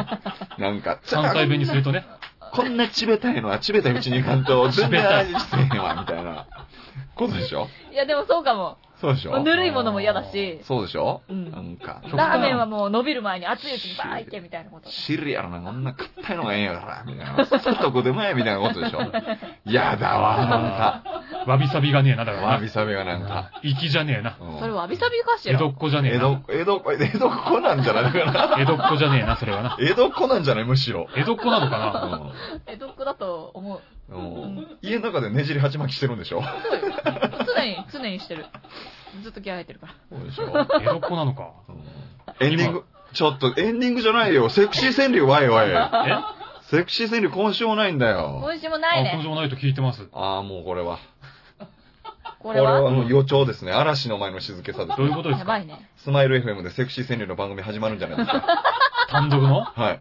S2: なんか、
S1: 関西弁にするとね。
S2: こんなちべたいのはちべたいうちにいかんと全然味してへんわ、みたいなことでしょ。
S3: いや、でもそうかも。
S2: そうでしょ。
S3: ぬるいものも嫌だし、
S2: そうでしょ
S3: うん
S2: なんか。
S3: ラーメンはもう伸びる前に熱いうちにバーいけみたいなこと。
S2: シリアルなこんな硬いのがええんやから、みたいな。さっとこでもや、みたいなことでしょ。やだわ、なん
S1: わびさびがねえな、だ
S2: か。
S1: から
S2: わ
S1: な
S2: び。さびがなんか。
S1: 粋じゃねえな。
S2: うん
S3: それはわびさびかし
S1: 江
S3: ら。
S1: 戸っ子じゃねえ
S2: 江戸
S1: な。
S2: っ子、江戸っ子、江戸っ子なんじゃないだから。
S1: 江戸っ子じゃねえな、それはな。
S2: 江戸っ子なんじゃないむしろ。
S1: 江戸っ子なのか
S2: う
S1: な。
S3: 江戸っ子だと思う。
S2: んうん家の中でねじり鉢巻きしてるんでしょ
S3: 常に、常にしてる。ずっと気合入ってるから。
S2: そうでしょ
S1: 江戸っ子なのか。
S2: エンディング、ちょっとエンディングじゃないよ。セクシー川柳わいわい。
S1: え
S2: セクシー川柳今週もないんだよ。
S3: 今週もない
S1: あ、根
S3: ね。
S1: 性ないと聞いてます。
S2: ああ、もうこれは。
S3: こ
S2: こ
S3: れ
S2: れは
S3: は。
S2: もう予兆ですね。嵐の前の静けさです
S1: どういう
S2: ね。
S1: ことです
S3: やば
S1: か
S3: いね。
S2: スマイル FM でセクシー川柳の番組始まるんじゃないですか。
S1: 単独のあ
S2: はい。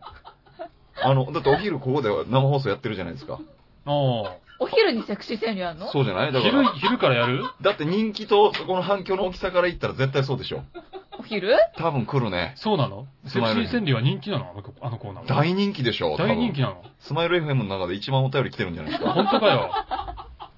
S2: あの、だってお昼ここで生放送やってるじゃないですか。
S1: あ。
S3: お昼にセクシー川柳あるの
S2: そうじゃないだか
S1: 昼
S2: ら。、
S1: 昼からやる
S2: だって人気とこの反響の大きさから言ったら絶対そうでしょ。
S3: お昼
S2: 多分来るね。
S1: そうなのセ
S2: ス
S1: ク
S2: マ
S1: シ
S2: イ
S1: ー
S2: ル
S1: 川柳は人気なのあのコあのコーナーは。
S2: 大人気でしょ。多分
S1: 大人気なの
S2: スマイル FM の中で一番お便り来てるんじゃな いですか。
S1: 本当かよ。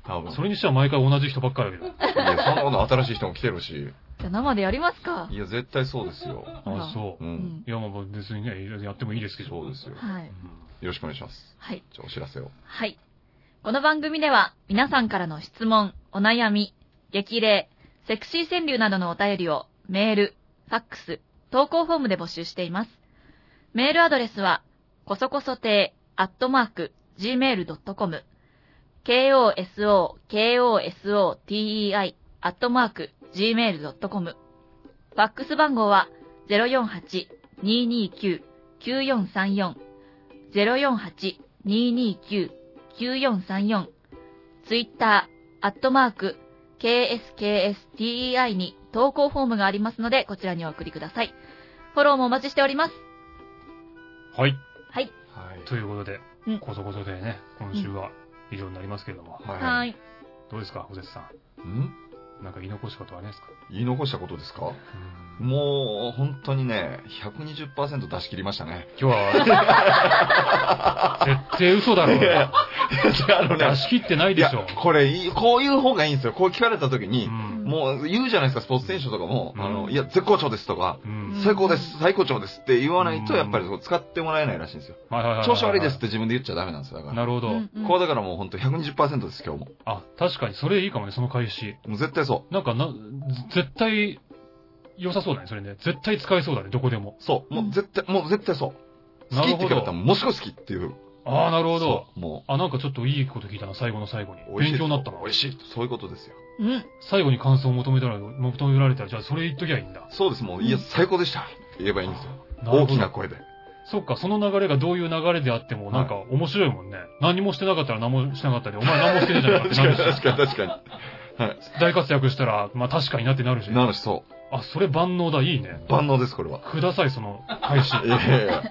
S2: 多分。
S1: それにしては毎回同じ人ばっかりだけど。
S2: いや、そんなこと新しい人も来てるし。
S3: えじゃあ生でやりますか。
S2: いや、絶対そうですよ。
S1: あ、そうう。
S2: ん。
S1: いや、まあ別にね、やってもいいですけど。
S2: そうですよ。よ
S3: はい。
S2: ろしくお願いします。
S3: はい。
S2: じゃあ、お知らせを。
S3: はい。この番組では皆さんからの質問、お悩み、激励、セクシー川柳などのお便りをメール、ファックス、投稿フォームで募集しています。メールアドレスは、こそこそ亭、アットマーク、gmail.com、koso, koso, tei, アットマーク、gmail.com。ファックス番号は、048-229-9434、048-229-9434ツイッター、アットマーク、kskstei に投稿フォームがありますので、こちらにお送りください。フォローもお待ちしております。
S1: はい。
S3: はい。
S2: はい。
S1: ということで
S3: うん、
S1: こそこそでね、今週は以上になりますけれども、
S3: はいい。
S1: どうですか、小節さ
S2: ん
S1: ん。なんか言い残したことはないですか
S2: 言い残したことですか
S1: うん
S2: もう、本当にね、120%出し切りましたね。
S1: 今日は、 絶対嘘だろうな。
S2: あの
S1: 出し切ってない
S2: い
S1: で
S2: や
S1: しょ。、
S2: これいい、こういう方がいいんですよ。こう聞かれた時に、
S1: ん
S2: もう言うじゃないですか、スポーツ選手とかも、
S1: うん
S2: あの、いや、絶好調ですとか、
S1: うん
S2: 最高です、最高潮ですって言わないと、
S1: うん
S2: やっぱりそう使ってもらえないらしいんですよ。
S1: はいはいはいはい
S2: 調子悪いですって自分で言っちゃダメなんですよ。だから。
S1: なるほど。
S3: うんうん
S2: こうだからもう本当120%です、今日も。
S1: あ、確かに、それいいかもね、その返し。
S2: もう絶対そ
S1: なんかな、絶対、良さそうだね、それね。絶対使えそうだね、どこでも。
S2: う。そう。もう絶対、もう絶対そう。好
S1: な
S2: き
S1: る
S2: って
S1: ほど
S2: 聞かれたら、もうすごい好きっていう。
S1: ああ、なるほど
S2: そ。うも
S1: あ、なんかちょっといいこと聞いたな、最後の最後に
S2: う、。美味しい
S1: 勉強になったな
S2: 美。味しい。そういうことですよ。
S3: うん。
S1: 最後に感想を求めたら、求められたら、じゃあそれ言っときゃいいんだ。
S2: そうです、もう、いや、最高でした。って言えばいいんですよ。
S1: なる
S2: 大
S1: ほど
S2: きな。声で。
S1: そっか、その流れがどういう流れであっても、なんか面白いもんね。何もしてなかったら何もしてなかったで、お前何もしてねえじゃな
S2: 確
S1: いかって
S2: か
S1: な
S2: に、
S1: る
S2: 確
S1: し。
S2: かに、確か
S1: 大活躍したら、まあ確かになってなるし
S2: に。。なのし、そ
S1: あ、それ万能だ、いいね。
S2: う。万能です、これは。
S1: ください、その返し。
S2: いやいやいや。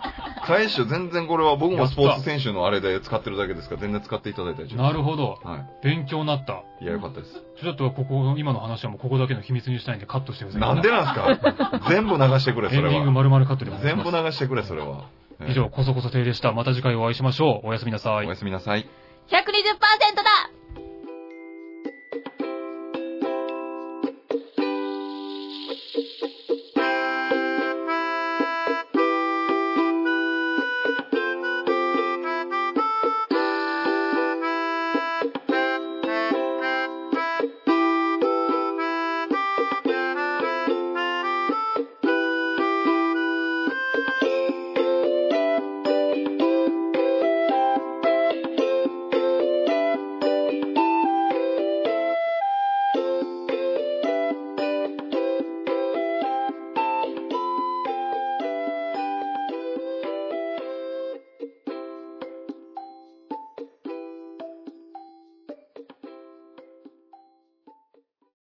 S2: 大将全然これは僕もスポーツ選手のあれで使ってるだけですから、全然使っていただいたりしま
S1: なるほど。
S2: す。はい。
S1: 勉強になった。
S2: いや、よかったです。
S1: ちょっとここ、今の話はもうここだけの秘密にしたいんでカットしてください。
S2: なんでなんです か全部流してくれ、そ
S1: エンデ
S2: れ
S1: ィング
S2: は。
S1: 丸々カットでお願いし
S2: 全
S1: ま
S2: 部
S1: す。
S2: 流してくれ、それは。ええ
S1: 以上、こそこそ亭でした。また次回お会いしましょう。おやすみなさ
S2: お
S1: い
S2: や。すみなさい。
S3: 120%だ